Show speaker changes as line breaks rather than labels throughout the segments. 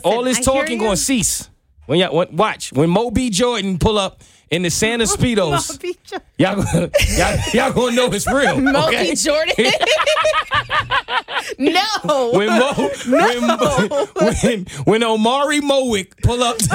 yeah, all this
I hear
talking
you.
gonna cease. When y'all when, watch when Mo B Jordan pull up in the Santa Speedos,
Moby Jo-
y'all, gonna- y'all y'all gonna know it's real.
Moby
okay?
Jordan. no.
When Mo, when, Mo- when when Omari Mowick pull up to the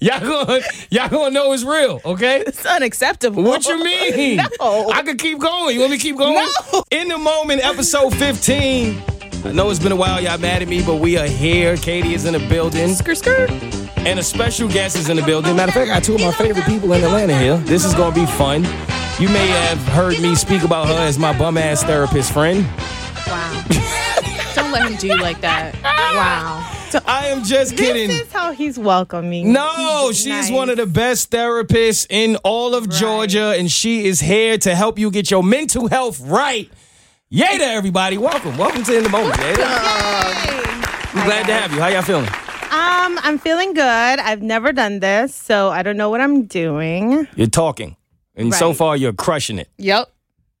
Y'all gonna, y'all gonna know it's real, okay?
it's unacceptable.
What you mean?
No.
I could keep going. You want me to keep going?
No.
In the moment, episode 15. I know it's been a while, y'all mad at me, but we are here. Katie is in the building,
Skr, skr.
and a special guest is in the building. Matter of fact, I got two of my favorite people in Atlanta here. This is gonna be fun. You may have heard me speak about her as my bum ass therapist friend.
Wow. Don't let him do you like that. Wow.
I am just kidding.
This is how he's welcoming.
No, she's
Nice.
one of the best therapists in all of Georgia, and she is here to help you get your mental health right. Yay to everybody. Welcome. Welcome to In the Moment, Yada. I'm glad to have you. How y'all feeling?
Um, I'm feeling good. I've never done this, so I don't know what I'm doing.
You're talking. And so
Right.
far, you're crushing it.
Yep.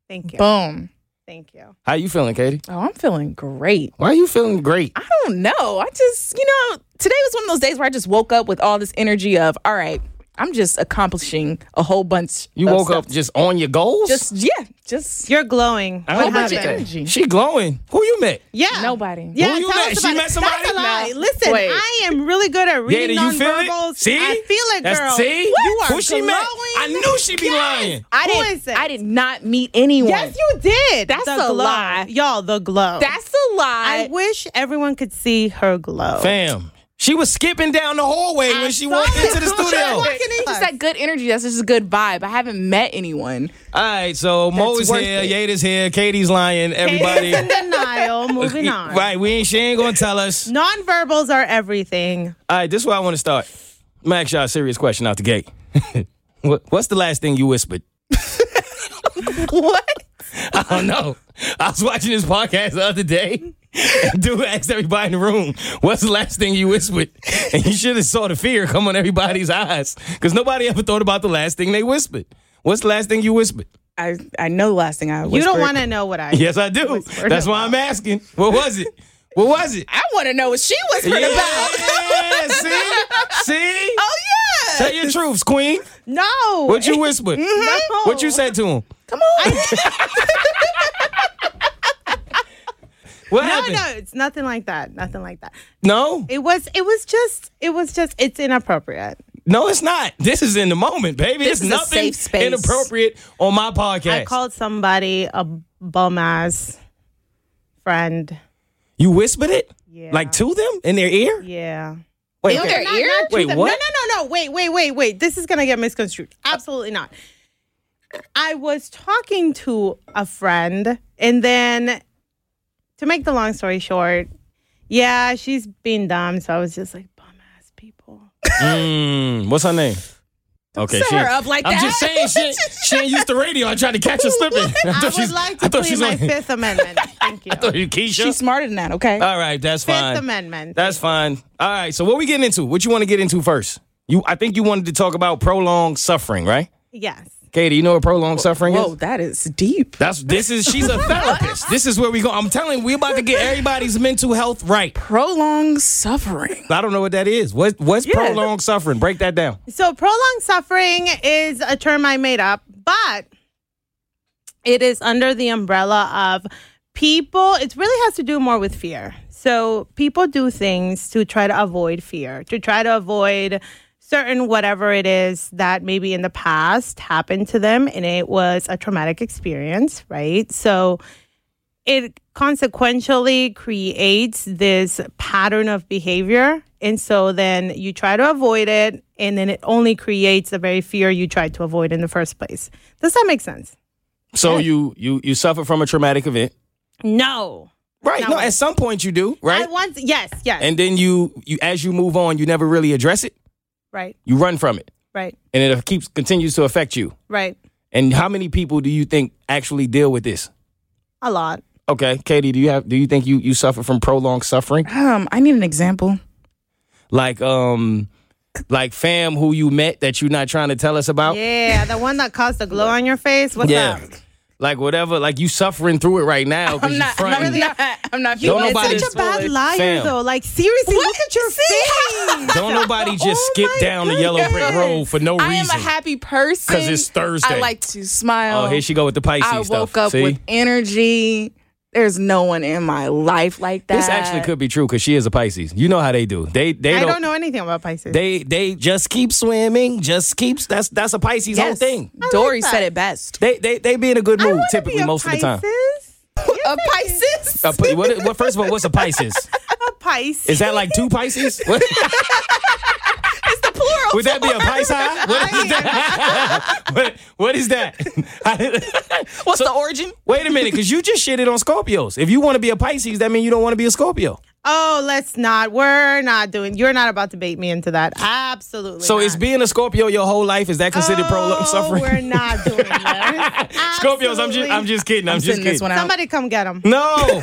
Thank you.
Boom.
Thank you.
How you feeling, Katie?
Oh, I'm feeling great.
Why are you feeling great?
I don't know. I just, you know, today was one of those days where I just woke up with all this energy of, all right, I'm just accomplishing a whole bunch.
You
of
woke
stuff.
up just on your goals?
Just yeah, just
You're glowing.
I
What
don't
bunch
get
of
that.
happened?
energy.
She glowing. Who you met?
Yeah.
Nobody.
Yeah,
Who you
tell
met?
us
She
about
met
it.
somebody?
That's a lie.
No.
Listen,
Wait.
I am really good at
Yeah, do
reading
you feel
nonverbals.
it? See?
I feel it,
That's,
girl.
See?
You are
Who she
glowing.
met? I knew she be lying.
I
Who
didn't.
is it?
I did not meet anyone.
Yes, you did.
That's
The
a
glow.
lie.
y'all. The glow.
That's a
I
lie.
wish everyone could see her glow.
Fam. She was skipping down the hallway when she walked into the studio.
Walking in, just that good energy. That's just a good vibe. I haven't met anyone.
All right, so Mo
That's
is
worth
here,
it.
Yada's here, Katie's lying, everybody.
It's in denial. Moving on.
right, we ain't, she ain't gonna tell us.
Nonverbals are everything.
All right, this is where I wanna start. I'm gonna ask y'all a serious question out the gate. what, what's the last thing you whispered?
What?
I don't know. I was watching this podcast the other day. and Dude asked everybody in the room, what's the last thing you whispered? And you should have saw the fear come on everybody's eyes. Because nobody ever thought about the last thing they whispered. What's the last thing you whispered?
I I know the last thing I.
You don't
whispered.
want to know what I.
Yes, I do.
Whispered
That's why I'm asking. What was it? What was it?
I want to know what she was
Yeah,
about.
yeah, see? See?
Oh yeah.
Tell your truths, queen.
No.
What you whispered? What you said to him?
Come on.
What
No,
happened?
no, it's nothing like that. Nothing like that.
No.
It was. It was just. It was just. It's inappropriate.
No, it's not. This is in the moment, baby.
This
It's
is a
nothing
safe space.
inappropriate on my podcast.
I called somebody a bum ass friend.
you whispered it?
Yeah.
Like to them in their ear?
Yeah.
Wait,
In
okay.
their
Not-
ear?
not to
Wait,
them.
what?
No, no, no, no. Wait, wait, wait, wait. This is gonna get misconstrued. Absolutely not. I was talking to a friend, and then to make the long story short, yeah, she's being dumb. So I was just like, bum ass people.
Mm, what's her name? Okay,
set
she-
her up like
I'm
that.
just saying, she, she ain't used to radio. I tried to catch her slipping.
I,
thought
would
she's-
like
I
to
thought
plead
she's
my
on-
Fifth Amendment. Thank you.
I thought you Keisha.
She's smarter than that, okay?
All right, that's
Fifth
fine.
Amendment.
That's fine. All right. So what we getting into? What you want to get into first? You, I think you wanted to talk about prolonged suffering, right?
yes.
Katie, you know what prolonged suffering
Whoa,
is?
that is deep.
That's this is she's a therapist. this is where we go. I'm telling you, we about to get everybody's mental health right.
Prolonged suffering.
I don't know what that is. What what's
Yeah.
prolonged suffering? Break that down.
So prolonged suffering is a term I made up, but it is under the umbrella of people. It really has to do more with fear. So people do things to try to avoid fear, to try to avoid certain whatever it is that maybe in the past happened to them and it was a traumatic experience, right? So it consequentially creates this pattern of behavior. And so then you try to avoid it, and then it only creates the very fear you tried to avoid in the first place. Does that make sense?
So you you you suffer from a traumatic event.
No.
Right.
Not
no,
once.
at some point you do, right?
At once, yes, yes.
and then you, you as you move on, you never really address it.
right,
You run from it,
right,
and it keeps continues to affect you.
right.
And how many people do you think actually deal with this?
A lot.
Okay, Katie, do you have do you think you you suffer from prolonged suffering?
Um, I need an example.
Like um like fam who you met that you're not trying to tell us about?
Yeah, the one that caused the glow on your face. What's
Oh. Yeah.
up?
Like whatever, like you suffering through it right now because
I'm
you
not. I'm
fronting.
not. I'm not.
Don't
feeling
nobody-
it.
Such a bad liar,
Fam.
though. Like seriously,
What?
look at your
See how-
face.
Don't nobody just
Oh
skip
my
down the yellow brick
goodness.
road for no
I am
reason.
a happy person
'Cause it's Thursday.
I like to smile.
oh, here she go with the Pisces
I
stuff.
woke up
See?
with energy. There's no one in my life like that.
this actually could be true because she is a Pisces. You know how they do. They they
I
don't,
don't know anything about Pisces.
they they just keep swimming, just keeps that's that's a Pisces whole
Yes.
thing.
Dory
that.
said it best.
They they they be in a good
I
mood
wanna
typically
be a
most of the time.
Pisces.
A Pisces.
A Pi- what, what, first of all, what's a Pisces?
A Pisces.
Is that like two Pisces? What-
It's the plural.
Would that be a Pisces? What
I
is that? what, what is that?
What's the origin?
Wait a minute, because you just shitted on Scorpios. If you want to be a Pisces, that means you don't want to be a Scorpio.
Oh, let's not. We're not doing. You're not about to bait me into that. Absolutely.
So
not.
is being a Scorpio your whole life? Is that considered prolonged
Oh,
suffering?
We're not doing that.
Scorpios, I'm just, Mm. I'm
Absolutely.
just kidding. I'm, just
Send
kidding.
this one out.
Somebody come get him.
No. all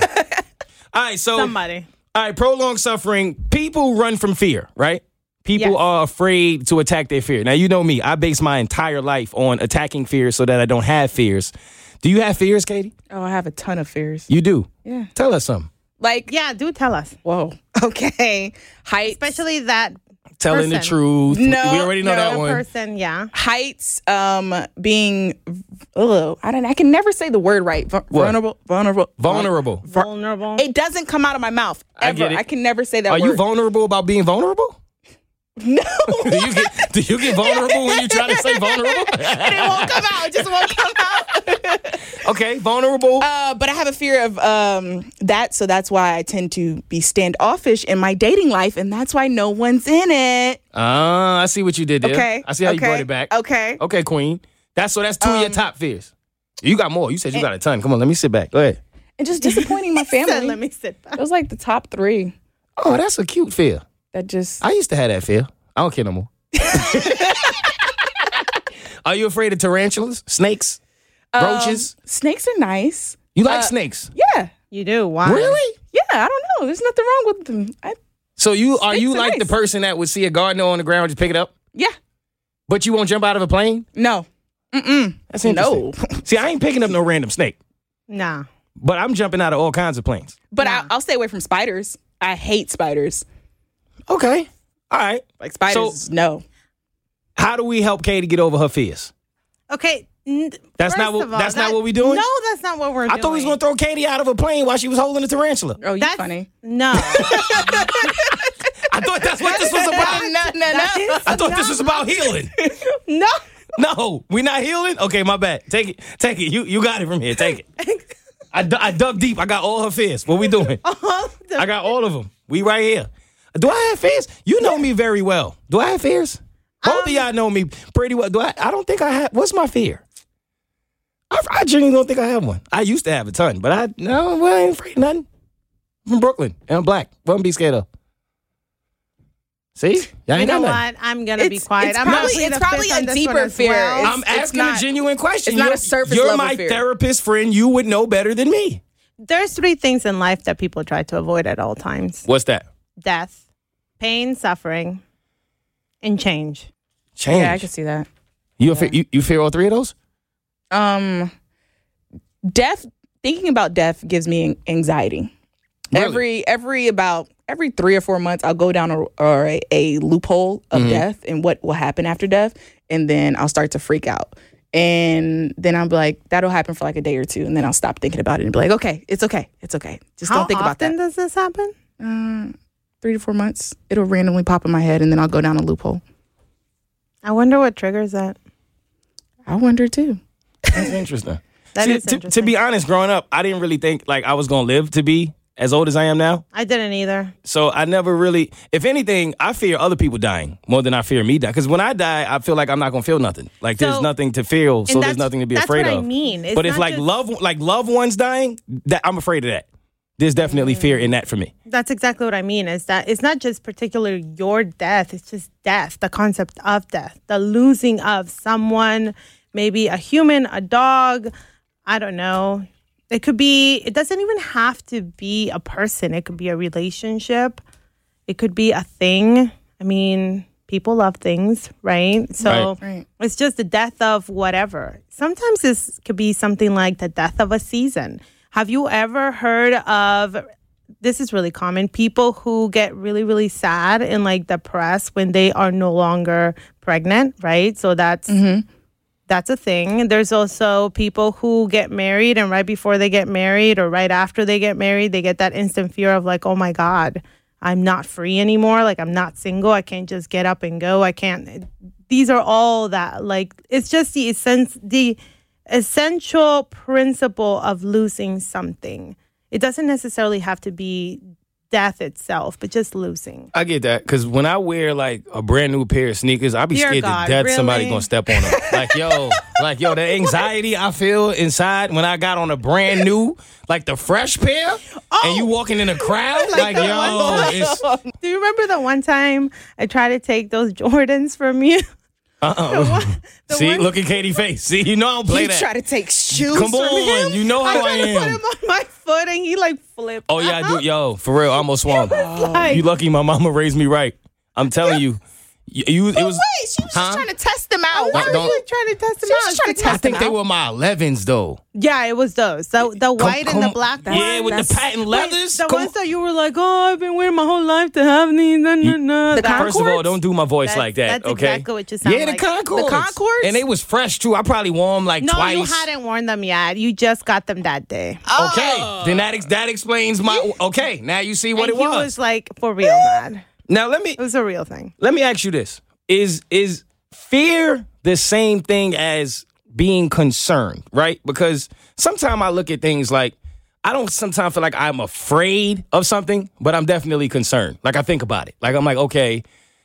right, so
Somebody.
all right, prolonged suffering. People run from fear, right? People
Yes.
are afraid to attack their fear. Now you know me. I base my entire life on attacking fears so that I don't have fears. Do you have fears, Katie?
Oh, I have a ton of fears.
You do.
Yeah.
Tell us something.
Like,
Yeah, do tell us.
whoa. Okay. Heights.
Especially that
Telling the
Person.
truth.
No,
we already know
no.
that
The
one.
person, yeah.
heights um being oh I don't I can never say the word right Vu- vulnerable vulnerable
Vulnerable.
Vulnerable.
it doesn't come out of my mouth ever I,
get it.
can never say that
Are
word
you vulnerable about being vulnerable?
no
Do you get do you get vulnerable when you try to say vulnerable?
it won't come out it just won't come out
okay, vulnerable.
uh, but I have a fear of um that so that's why I tend to be standoffish in my dating life and that's why no one's in it
Ah, I see what you did there.
okay
I see how
okay.
you brought it back.
okay Um,
Okay, Queen. That's so. That's two of your top fears. You got more. You said you got a ton. Come on, let me sit back. Go ahead.
and just disappointing my
He said,
family
Let me sit back.
it was like the top three
Oh, that's a cute fear.
that just
I used to have that fear. I don't care no more. Are you afraid of tarantulas, snakes, roaches?
snakes are nice
You like snakes?
Um, uh, yeah
You do. Why?
Really?
Yeah, I don't know. There's nothing wrong with them. I,
So you are you
Snakes are
like the
nice.
person that would see a gardener on the ground and just pick it up,
yeah,
but you won't jump out of a plane?
no. Mm-mm.
That's
No.
See, I ain't picking up no random snake,
Nah.
but I'm jumping out of all kinds of planes.
But I, I'll stay away from spiders. I hate spiders.
Okay. All right.
Like spiders, no.
How do we help Katie get over her fears?
Okay. n-
That's not
first
what-
of all,
that's not
that-
what we doing?
No, that's not what we're
I
doing.
thought we was gonna throw Katie out of a plane while she was holding a tarantula.
Oh, you
That's
funny.
No.
I thought that's what this was about.
no, no, no.
I thought this was about healing.
no.
No, we not healing. Okay, my bad. Take it, take it. You you got it from here. Take it. I, du- I dug deep. I got all her fears. What we doing? I got all of them. We right here. Do I have fears? You know me very well. Do I have fears? Both
Um,
of y'all know me pretty well. Do I? I don't think I have. What's my fear? I, I genuinely don't think I have one. I used to have a ton, but I no, well, I ain't afraid of nothing. I'm from Brooklyn and I'm black. Wouldn't be scared of. See, y'all
You
ain't got
know
nothing.
what? I'm gonna be
It's-
quiet.
it's
I'm
probably-
actually the
it's probably
fifth on
a
this
deeper
one as
fear.
well.
It's-
I'm
it's
asking
not-
a genuine question.
it's not a
You're-
surface
You're
level
my
fear.
therapist friend. You would know better than me.
There's three things in life that people try to avoid at all times:
What's that?
death, pain, suffering, and change.
Change.
Yeah, I can see that.
you, fear, you you fear all three of those?
Um, death. Thinking about death gives me an- anxiety.
Really?
Every every about every three or four months, I'll go down a or a, a loophole of
Mm-hmm.
death and what will happen after death, and then I'll start to freak out. And then I'm like, that'll happen for like a day or two, and then I'll stop thinking about it and be like, okay, it's okay, it's okay. Just
How
don't think about
often
that.
does this happen?
three to four months, it'll randomly pop in my head, and then I'll go down a loophole.
I wonder what triggers that.
I wonder too.
That's interesting.
That
See,
is
to, to
interesting.
be honest, growing up, I didn't really think like I was gonna live to be as old as I am now.
I didn't either.
So I never really, if anything, I fear other people dying more than I fear me dying. Because when I die, I feel like I'm not gonna feel nothing. Like there's
So-
nothing to feel, so
and
there's
that's-
nothing to be
that's
afraid
what I
of.
mean. It's
but if
not
like
just-
loved like loved ones dying, that I'm afraid of that. There's definitely fear in that for me.
That's exactly what I mean is that it's not just particularly your death, it's just death, the concept of death, the losing of someone, maybe a human, a dog, I don't know. It could be, it doesn't even have to be a person, it could be a relationship, it could be a thing. I mean, people love things, right? So
Right.
Right.
it's just the death of whatever. Sometimes this could be something like the death of a season. Have you ever heard of this is really common people who get really really sad and like depressed when they are no longer pregnant right so that's that's a thing there's also people who get married and right before they get married or right after they get married they get that instant fear of like oh my god i'm not free anymore like i'm not single i can't just get up and go i can't these are all that like it's just the essence the essential principle of losing something it doesn't necessarily have to be death itself but just losing
I get that because when I wear like a brand new pair of sneakers, I be
Dear
scared
God,
to death somebody
really?
gonna step on them. like yo, like yo, the anxiety I feel inside when I got on a brand new, like the fresh pair, and you walking in a crowd, like, yo, it's uh
do you remember the one time i tried to take those jordans from you
uh
the
See,
one-
look at Katie face. See, you know I don't play
You
that.
try to take shoes
Come
from
on,
him?
you know
i
how I,
tried to put
am.
him on my foot and he like flipped
Oh yeah, I do. Yo, for real, I almost swung.
Uh-huh. like,
You lucky my mama raised me right. I'm telling you, you, you it was.
Wait, she was
Huh?
just trying to test them out.
why
Don't-
are
don't-
you trying to test him out
was just trying to
I
test
think
them
they
out.
were my 11s though.
yeah it was those the, the white and the
come-
black one.
Yeah, with the
That's-
patent
Wait,
leathers.
the
Come
ones that you were like oh i've been wearing my whole life to have these nah, nah, nah.
The
That-
First of all,
Concords?
don't do my voice
That's-
like that.
that's
okay.
exactly what you sound
Yeah, the
like.
Concords.
The Concords?
And they was fresh too. I probably wore them like
no
twice.
you hadn't worn them yet you just got them that day
Okay. Then that ex- that explains my. Okay. Now you see what
Oh. and
it
he
was.
was like for real man
Now let me
it was a real thing
let me ask you this: Is is fear the same thing as being concerned? Right? Because sometimes I look at things like. I don't sometimes feel like I'm afraid of something, but I'm definitely concerned. Like I think about it. Like I'm like, okay,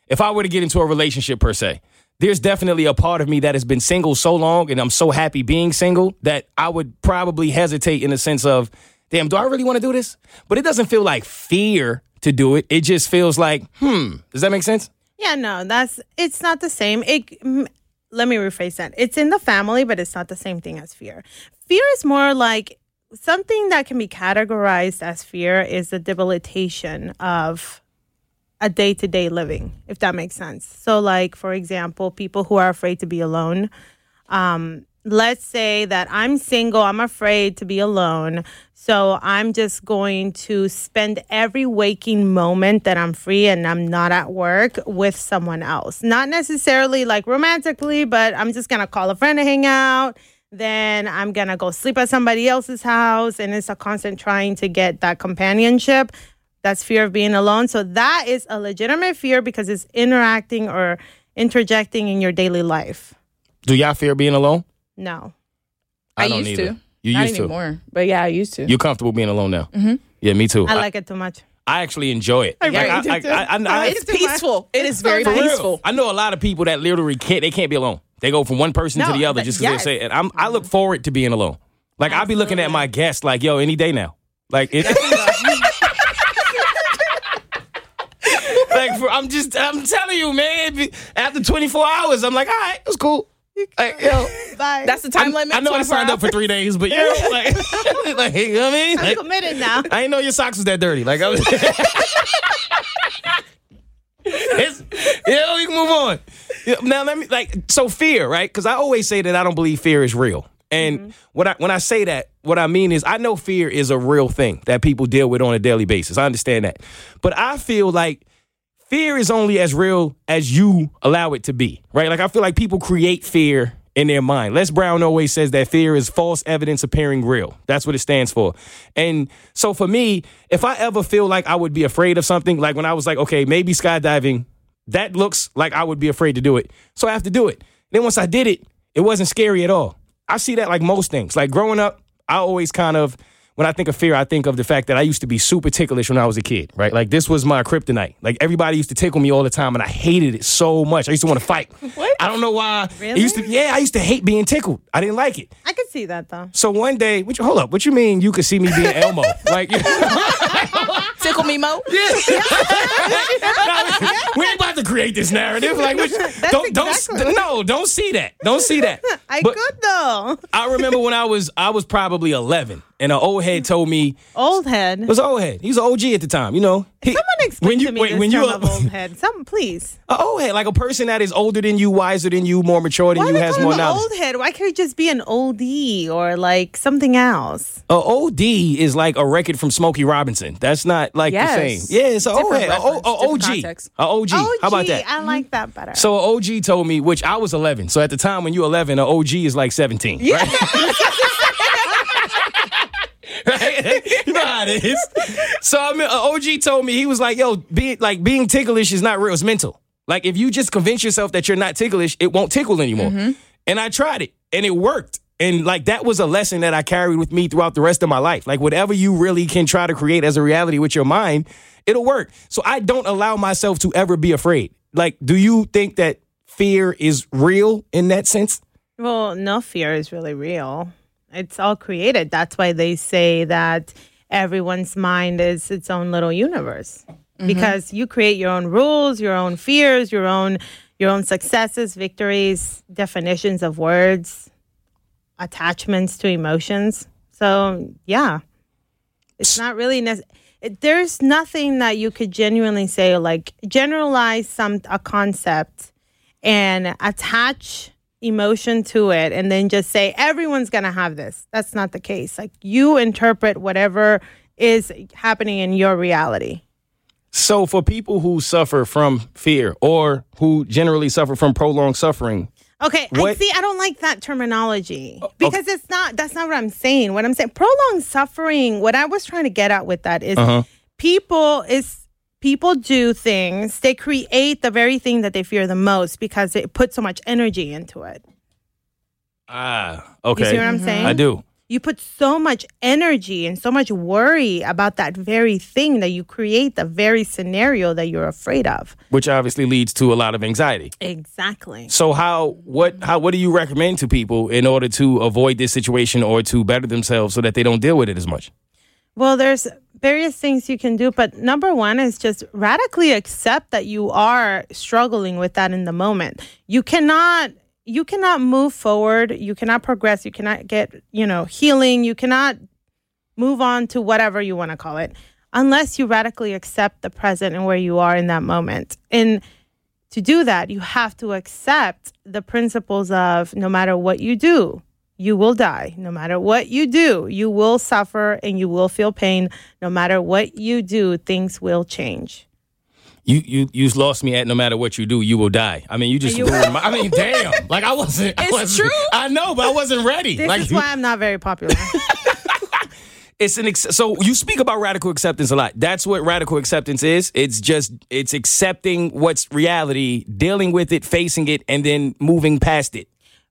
if I were to get into a relationship per se, there's definitely a part of me that has been single so long and I'm so happy being single that I would probably hesitate in the sense of, damn, do I really want to do this? But it doesn't feel like fear to do it. It just feels like, hmm, does that make sense?
Yeah, no, that's it's not the same. It mm, let me rephrase that. It's in the family, but it's not the same thing as fear. Fear is more like something that can be categorized as fear is the debilitation of a day-to-day living, if that makes sense. So like for example, people who are afraid to be alone, let's say that I'm single, I'm afraid to be alone. So I'm just going to spend every waking moment that I'm free and I'm not at work with someone else. Not necessarily like romantically, but I'm just going to call a friend to hang out. Then I'm going to go sleep at somebody else's house. And it's a constant trying to get that companionship. That's fear of being alone. So that is a legitimate fear because it's interacting or interjecting in your daily life.
Do y'all fear being alone?
No.
I used to.
You
Not
used to.
anymore. But yeah, I used to.
You're comfortable being alone now. Mm-hmm. Yeah, me too.
I
I,
like it too much.
I actually enjoy it.
really
Like,
do
I,
too.
I, I, I, I,
it's Oh, peaceful. It is very
For real.
peaceful.
I know a lot of people that literally can't. They can't be alone. They go from one person to
No,
the other
but
just because
yes.
they say. And I'm, I look forward to being alone. Like I'll be looking at my guests like, yo, any day now. Like it. like for, I'm just, I'm telling you, man. be- After 24 hours, I'm like, all right, it's cool. Like, yo,
Bye.
That's the time
I,
limit.
I know I
24
signed up for
hours.
three days, but yeah, like, like you know what I mean?
I'm
Like,
committed now.
I didn't know your socks was that dirty. Like I was. It's- yeah, we can move on. Yeah, Now let me like so fear, right? Because I always say that I don't believe fear is real. And
Mm-hmm.
what I when I say that, what I mean is I know fear is a real thing that people deal with on a daily basis. I understand that. But I feel like fear is only as real as you allow it to be, right? Like I feel like people create fear in their mind. Les Brown always says that fear is false evidence appearing real. That's what it stands for. And so for me, if I ever feel like I would be afraid of something, like when I was like, okay, maybe skydiving, that looks like I would be afraid to do it. So I have to do it. Then once I did it, it wasn't scary at all. I see that like most things. Like growing up, I always kind of when I think of fear, I think of the fact that I used to be super ticklish when I was a kid, right? Like this was my kryptonite. Like everybody used to tickle me all the time, and I hated it so much. I used to want to fight.
What?
I don't know why. It
Really?
used to, yeah, I used to hate being tickled. I didn't like it.
I could see that though.
So one day, what you, hold up, what you mean you could see me being Elmo? like,
Tickle me, Mo.
we ain't about to create this narrative. Like, which, don't,
exactly-
don't, no, don't see that. Don't see that.
I
But
could though.
I remember when I was, I was probably 11, and an old head told me,
Old head.
it was an old head. He was an OG at the time, you know. He,
Someone explain
when you,
to me
wait,
this
when you
term
a-
of old head. Some please.
an old head, like a person that is older than you, wiser than you, more mature than
Why
you,
do they
has
call
more
him an
knowledge.
old head? Why can't it just be an oldie or like something else?
A OD is like a record from Smokey Robinson. That's not like the
Yes.
same. Yeah, it's an old
Different
head. A O-
reference, different
a OG.
context.
A OG. How about
OG,
that?
I like that better.
So an OG told me, which I was 11. So at the time when you're 11, an OG is like 17. Yeah. you know how it is. So I mean, an OG told me he was like, "Yo, be, like being ticklish is not real. It's mental. Like if you just convince yourself that you're not ticklish, it won't tickle anymore." And I tried it, and it worked. And like that was a lesson that I carried with me throughout the rest of my life. Like whatever you really can try to create as a reality with your mind, it'll work. So I don't allow myself to ever be afraid. Like, do you think that fear is real in that sense?
Well, no fear is really real. It's all created. That's why they say that everyone's mind is its own little universe. Because you create your own rules, your own fears, your own your own successes, victories, definitions of words, attachments to emotions. So, yeah. It's not really nec- it- there's nothing that you could genuinely say like generalize some a concept and attach emotion to it and then just say everyone's going to have this that's not the case like you interpret whatever is happening in your reality
So, for people who suffer from fear or who generally suffer from prolonged suffering,
okay i
What- Oh,
see i don't like that terminology because it's not that's not what i'm saying what i'm saying prolonged suffering what i was trying to get at with that is
Uh-huh.
people is people do things they create the very thing that they fear the most because it puts so much energy into it
ah,
you
okay,
see what i'm saying
I do.
you put so much energy and so much worry about that very thing that you create the very scenario that you're afraid of.
Which obviously leads to a lot of anxiety.
Exactly.
So, how, what, how, what do you recommend to people in order to avoid this situation or to better themselves so that they don't deal with it as much?
Well, there's various things you can do, but number one is just radically accept that you are struggling with that in the moment. You cannot you cannot move forward, you cannot progress, you cannot get, you know, healing, you cannot move on to whatever you want to call it unless you radically accept the present and where you are in that moment. And to do that, you have to accept the principles of no matter what you do, you will die. No matter what you do, you will suffer and you will feel pain. No matter what you do, things will change.
You you you lost me at no matter what you do, you will die. I mean, you just ruined my, I mean, damn. Like I wasn't. I
It's
wasn't-
true.
I know, but I wasn't ready.
This
like
is why I'm not very popular.
it's an ex- so you speak about radical acceptance a lot. That's what radical acceptance is. It's just it's accepting what's reality, dealing with it, facing it, and then moving past it.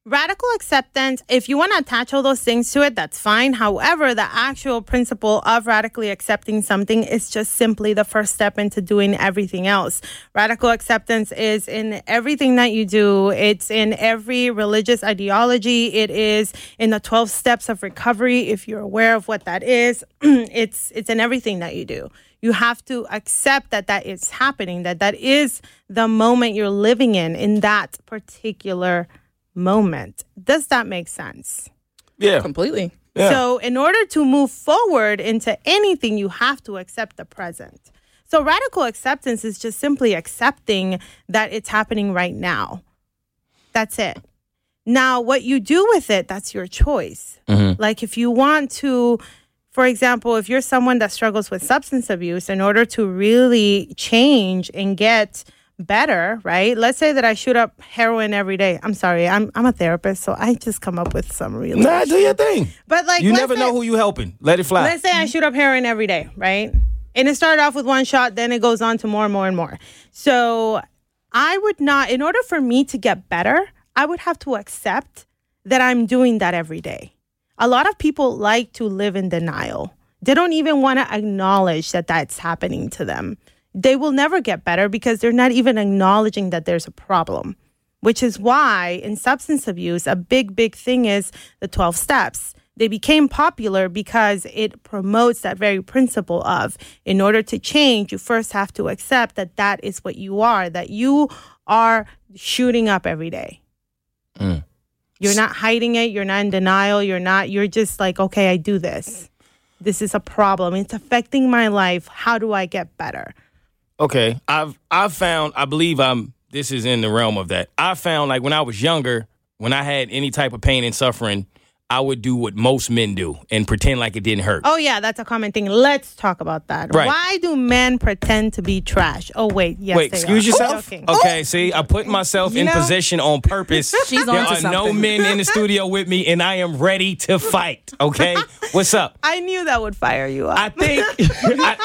Radical acceptance, if you want to attach all those things to it, that's fine. However, the actual principle of radically accepting something is just simply the first step into doing everything else. Radical acceptance is in everything that you do, it's in every religious ideology, it is in the 12 steps of recovery, if you're aware of what that is. it's, it's in everything that you do. You have to accept that that is happening, that that is the moment you're living in, in that particular moment. Does that make sense?
Yeah.
Completely.
Yeah.
So, in order to move forward into anything, you have to accept the present. So, radical acceptance is just simply accepting that it's happening right now. That's it. Now, what you do with it, that's your choice.
Mm-hmm.
Like, if you want to, for example, if you're someone that struggles with substance abuse, in order to really change and get better, right? Let's say that I shoot up heroin every day. I'm sorry, I'm, I'm a therapist, so I just come up with some really.
Nah, do your thing.
But like,
You
let's
never
say-
know who you helping. Let it fly.
Let's say I shoot up heroin every day, right? And it started off with one shot, then it goes on to more and more and more. So I would not, in order for me to get better, I would have to accept that I'm doing that every day. A lot of people like to live in denial. They don't even want to acknowledge that that's happening to them. They will never get better because they're not even acknowledging that there's a problem, which is why in substance abuse, a big, big thing is the 12 steps. They became popular because it promotes that very principle of in order to change, you first have to accept that that is what you are, that you are shooting up every day. You're not hiding it. You're not in denial. You're not, you're just like, okay, I do this. This is a problem. It's affecting my life. How do I get better?
Okay, I've I've found I believe I'm this is in the realm of that. I found like when I was younger, when I had any type of pain and suffering, I would do what most men do and pretend like it didn't hurt.
Oh, yeah, that's a common thing. Let's talk about that.
Right.
Why do men pretend to be trash? Oh, wait. Yes,
Wait,
they
excuse
are.
yourself.
Joking. Oh,
Okay, see, I put myself in
know-
position on purpose.
She's
there
onto
are no
something.
men in the studio with me, and I am ready to fight. Okay, what's up?
I knew that would fire you up.
I think. I,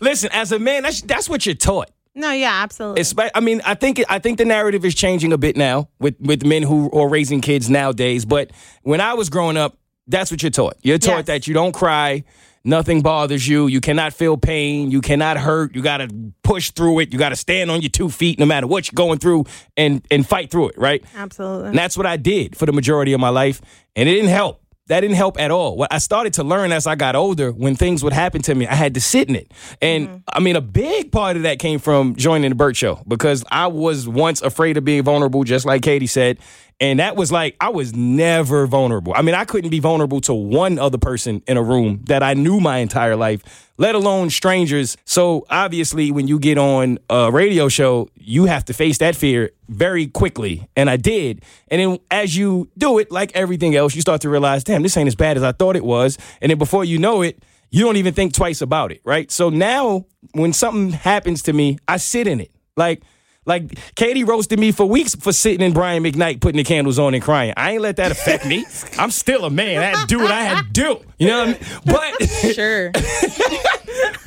listen, as a man, that's that's what you're taught.
no, yeah, absolutely.
It's, I mean, I think I think the narrative is changing a bit now with with men who are raising kids nowadays. But when I was growing up, that's what you're taught. You're taught
Yes.
that you don't cry, nothing bothers you, you cannot feel pain, you cannot hurt, you got to push through it, you got to stand on your two feet no matter what you're going through and and fight through it, right?
absolutely.
And that's what I did for the majority of my life. And it didn't help. That didn't help at all. What I started to learn as I got older, when things would happen to me, I had to sit in it. And I mean, a big part of that came from joining the Burt Show because I was once afraid of being vulnerable, just like Katie said. And that was like, I was never vulnerable. I mean, I couldn't be vulnerable to one other person in a room that I knew my entire life, let alone strangers. So obviously, when you get on a radio show, you have to face that fear very quickly. And I did. And then as you do it, like everything else, you start to realize, damn, this ain't as bad as I thought it was. And then before you know it, you don't even think twice about it, right? So now when something happens to me, I sit in it. Like, like Katie roasted me for weeks for sitting in Brian McKnight putting the candles on and crying. I ain't let that affect me. I'm still a man. I had to do what I had to do. You know what I mean? But
Sure.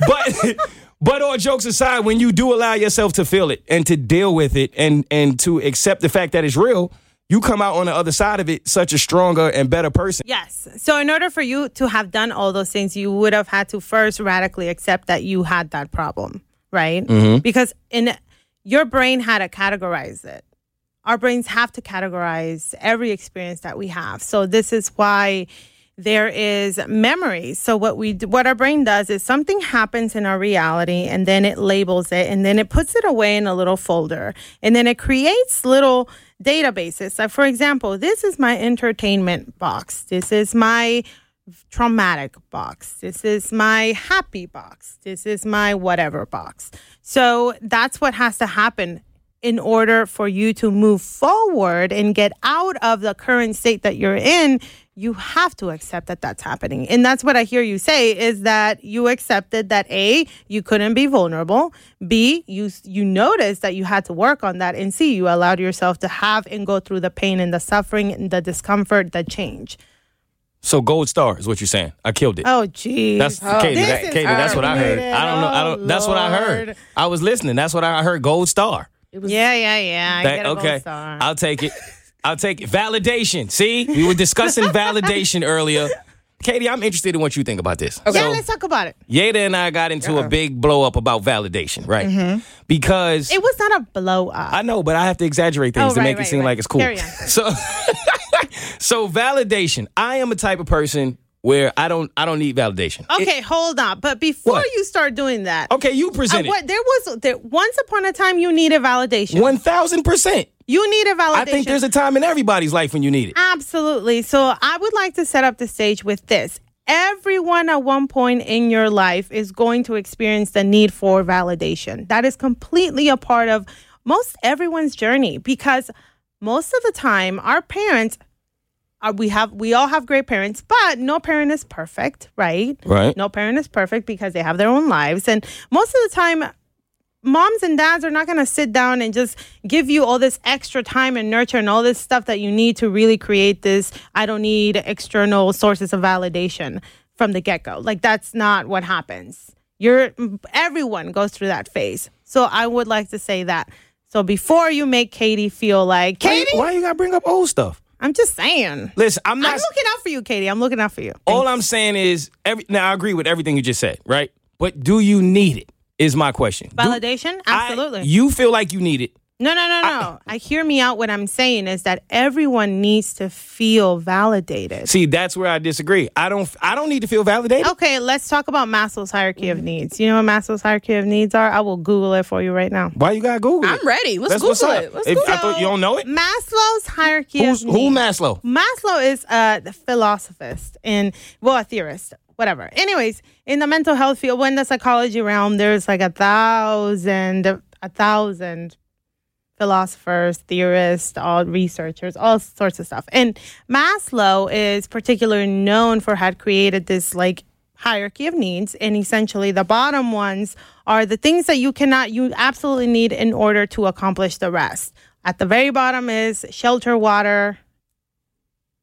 but but all jokes aside, when you do allow yourself to feel it and to deal with it and and to accept the fact that it's real, you come out on the other side of it such a stronger and better person.
Yes. So, in order for you to have done all those things, you would have had to first radically accept that you had that problem, right?
Mm-hmm.
Because in your brain had to categorize it. Our brains have to categorize every experience that we have. So, this is why there is memory. So, what we do, what our brain does is something happens in our reality, and then it labels it, and then it puts it away in a little folder, and then it creates little databases. So, for example, this is my entertainment box. This is my traumatic box. This is my happy box. This is my whatever box. So that's what has to happen in order for you to move forward and get out of the current state that you're in. You have to accept that that's happening. And that's what I hear you say is that you accepted that A, you couldn't be vulnerable. B, you you noticed that you had to work on that and C, you allowed yourself to have and go through the pain and the suffering and the discomfort, the change.
So gold star is what you're saying. I killed it.
Oh geez.
That's Katie.
this
that-
is
Katie, that's what I heard.
outdated.
I don't know. I don't.
Oh,
That's what I heard.
Lord.
I was listening. That's what I heard. Gold star.
Yeah, yeah, yeah. I
That-
get a gold
okay,
star.
I'll take it. I'll take it. Validation. See, we were discussing validation earlier. Katie, I'm interested in what you think about this. Okay.
yeah, let's talk about it.
Yada and I got into a big blow up about validation, right? Because
Mm-hmm. It was not a blow up.
I know, but I have to exaggerate things
Oh,
to
right,
make
right,
it seem
right.
like it's cool.
Carry on.
So, so validation. I am a type of person where I don't I don't need validation.
okay, hold on. But before
What? Oh,
you start doing that,
Okay, you
uh,
present
what there was there once upon a time you needed validation.
it. One thousand percent.
you needed validation. Uh,
I think there's a time in everybody's life when you need it.
Absolutely. So I would like to set up the stage with this. Everyone at one point in your life is going to experience the need for validation. That is completely a part of most everyone's journey because most of the time our parents are we have we all have great parents, but no parent is perfect, right?
Right.
No parent is perfect because they have their own lives and most of the time moms and dads are not going to sit down and just give you all this extra time and nurture and all this stuff that you need to really create this i don't need external sources of validation from the get-go like that's not what happens you're everyone goes through that phase so i would like to say that so before you make katie feel like
Why,
katie
why you gotta bring up old stuff?
I'm just saying.
Listen, I'm
I'm
not.
looking out for you, Katie. I'm looking out for you.
all I'm saying is, every, now I agree with everything you just said, right? But do you need it? Is my question. Do-
Validation?
I-
Absolutely.
you feel like you need it.
no, no, no, no. I, hear me out. What I'm saying is that everyone needs to feel validated.
See, that's where I disagree. I don't. I don't need to feel validated.
Oh.
Okay, let's talk about Maslow's hierarchy of needs. You know what Maslow's hierarchy of needs are? I will Google it for you right now.
Why you gotta Google it?
I'm ready. Let's
That's what's
Google
up.
it. Let's
If-
Google
I thought you don't know it.
Maslow's hierarchy
Who's
of
who?
needs.
Maslow.
Maslow is a philosophist and well, a theorist, whatever. Anyways, in the mental health field, when the psychology realm, there's like a thousand, a thousand philosophers, theorists, all researchers, all sorts of stuff. And Maslow is particularly known for had created this like hierarchy of needs and essentially the bottom ones are the things that you cannot you absolutely need in order to accomplish the rest. At the very bottom is shelter, water,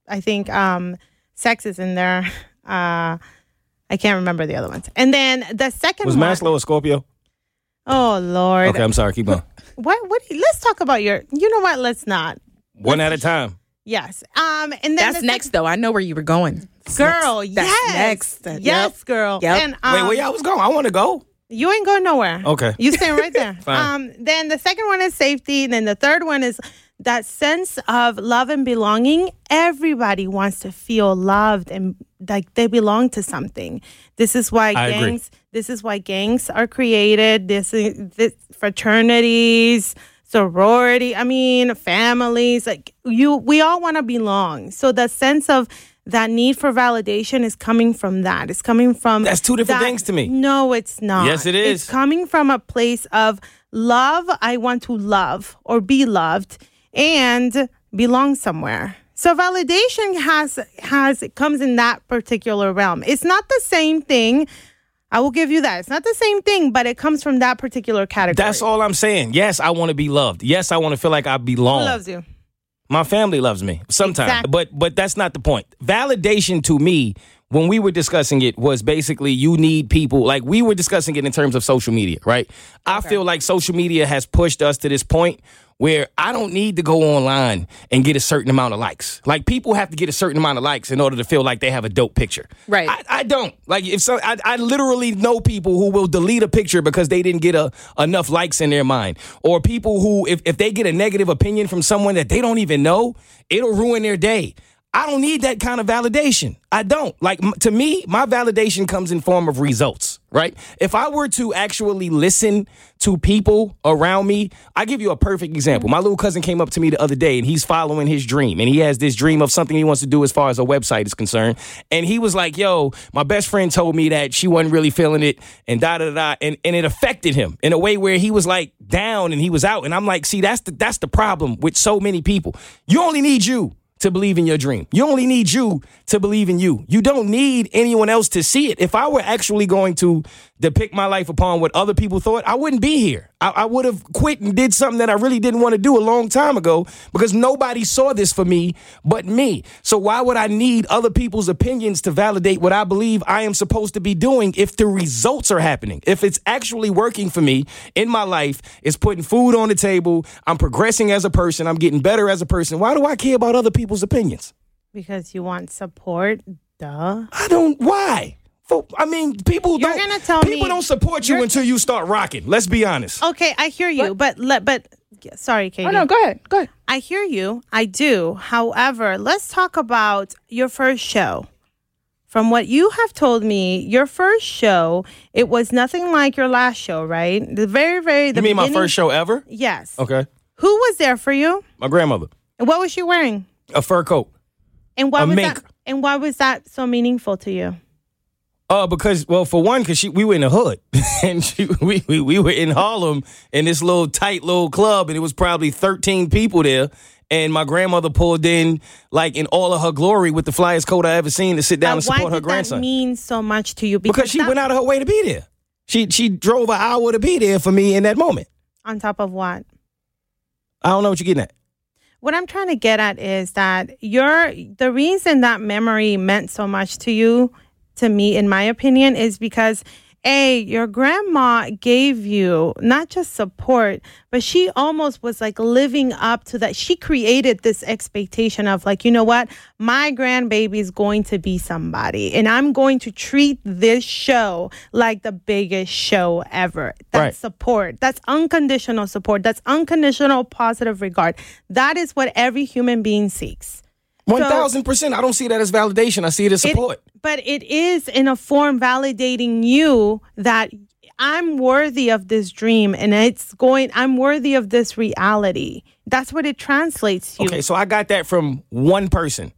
I think um, sex is in there. Uh, I can't remember the other ones. And then the second
Was
one-
Maslow a Scorpio?
Oh Lord.
Okay, I'm sorry. Keep going.
What? What? Let's talk about your. You know what? Let's not.
One at a time.
Yes. Um. And then
That's
the
next, though. I know where you were going. That's
sec- girl.
next.
yes.
That's next.
Yes,
Yep.
girl.
Yep.
And um,
Wait, where y'all was going? I want to go.
you ain't going nowhere.
Okay.
You stand right there.
Fine.
Um. Then the second one is safety. And then the third one is that sense of love and belonging. Everybody wants to feel loved and like they belong to something. This is why
I agree.
gangs. This is why gangs are created. This is this fraternities, sorority. I mean, families. Like you, we all want to belong. So the sense of that need for validation is coming from that. It's coming from
That's two different
that-
things to me.
No, it's not.
Yes, it
It's
is.
coming from a place of love. I want to love or be loved and belong somewhere. So validation has has comes in that particular realm. It's not the same thing. I will give you that. It's not the same thing, but it comes from that particular category.
That's all I'm saying. Yes, I want to be loved. Yes, I want to feel like I belong.
Who loves you.
My family loves me sometimes,
Exactly.
but but that's not the point. Validation to me, when we were discussing it, was basically you need people. Like we were discussing it in terms of social media, right? I feel like social media has pushed us to this point where I don't need to go online and get a certain amount of likes. Like people have to get a certain amount of likes in order to feel like they have a dope picture.
Right.
I, I don't like if so. I, I literally know people who will delete a picture because they didn't get a, enough likes in their mind, or people who if if they get a negative opinion from someone that they don't even know, it'll ruin their day. I don't need that kind of validation. I don't like m- to me. My validation comes in form of results, right? If I were to actually listen to people around me, I give you a perfect example. My little cousin came up to me the other day, and he's following his dream, and he has this dream of something he wants to do as far as a website is concerned. And he was like, "Yo, my best friend told me that she wasn't really feeling it, and da da da," and and it affected him in a way where he was like down and he was out. And I'm like, "See, that's the that's the problem with so many people. You only need you." to believe in your dream. You only need you to believe in you. You don't need anyone else to see it. If I were actually going to depict my life upon what other people thought, I wouldn't be here. I, I would have quit and did something that I really didn't want to do a long time ago because nobody saw this for me but me. So why would I need other people's opinions to validate what I believe I am supposed to be doing if the results are happening? If it's actually working for me in my life, it's putting food on the table, I'm progressing as a person, I'm getting better as a person. Why do I care about other people's opinions?
Because you want support, duh.
I don't. Why? For- I mean, people
You're
don't.
gonna tell
people
me-
don't support you
you're- Oh,
until you start rocking. Let's be honest.
Okay, I hear you, but let but sorry, Katie.
Oh, no. Go ahead. Go ahead.
I hear you. I do. However, let's talk about your first show. From what you have told me, your first show, it was nothing like your last show, right? The very, very the
you mean my
beginning-
first show ever?
Yes.
Okay.
Who was there for you?
My grandmother,
And what was she wearing?
a fur coat.
And why
A
was
mink.
that and why was that so meaningful to you?
Uh, because well, for one, because she we were in the hood, and she, we, we we were in Harlem in this little tight little club, and it was probably thirteen people there. And my grandmother pulled in like in all of her glory with the flyest coat I ever seen to sit down
But
and
why
support
did
her
that
grandson
mean so much to you?
because she
that-
went out of her way to be there. She she drove an hour to be there for me in that moment.
on top of what?
I don't know what you're getting at.
what I'm trying to get at is that your the reason that memory meant so much to you, to me, in my opinion, is because hey, your grandma gave you not just support, but she almost was like living up to that. She created this expectation of, like, you know what? My grandbaby is going to be somebody, and I'm going to treat this show like the biggest show ever. That's
Right.
support. That's unconditional support. That's unconditional positive regard. That is what every human being seeks.
One thousand percent. I don't see that as validation. I see it as
It-
support.
but it is in a form validating you that I'm worthy of this dream and it's going I'm worthy of this reality. That's what it translates to.
okay, so I got that from one person.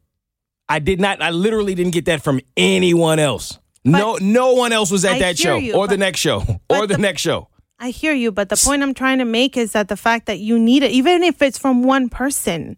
I did not. I literally didn't get that from anyone else. no, no one else was at
I
that
hear
show
you,
or the
but-
next show or
but
the,
the-
next show.
I hear you, but the point I'm trying to make is that the fact that you need it, even if it's from one person,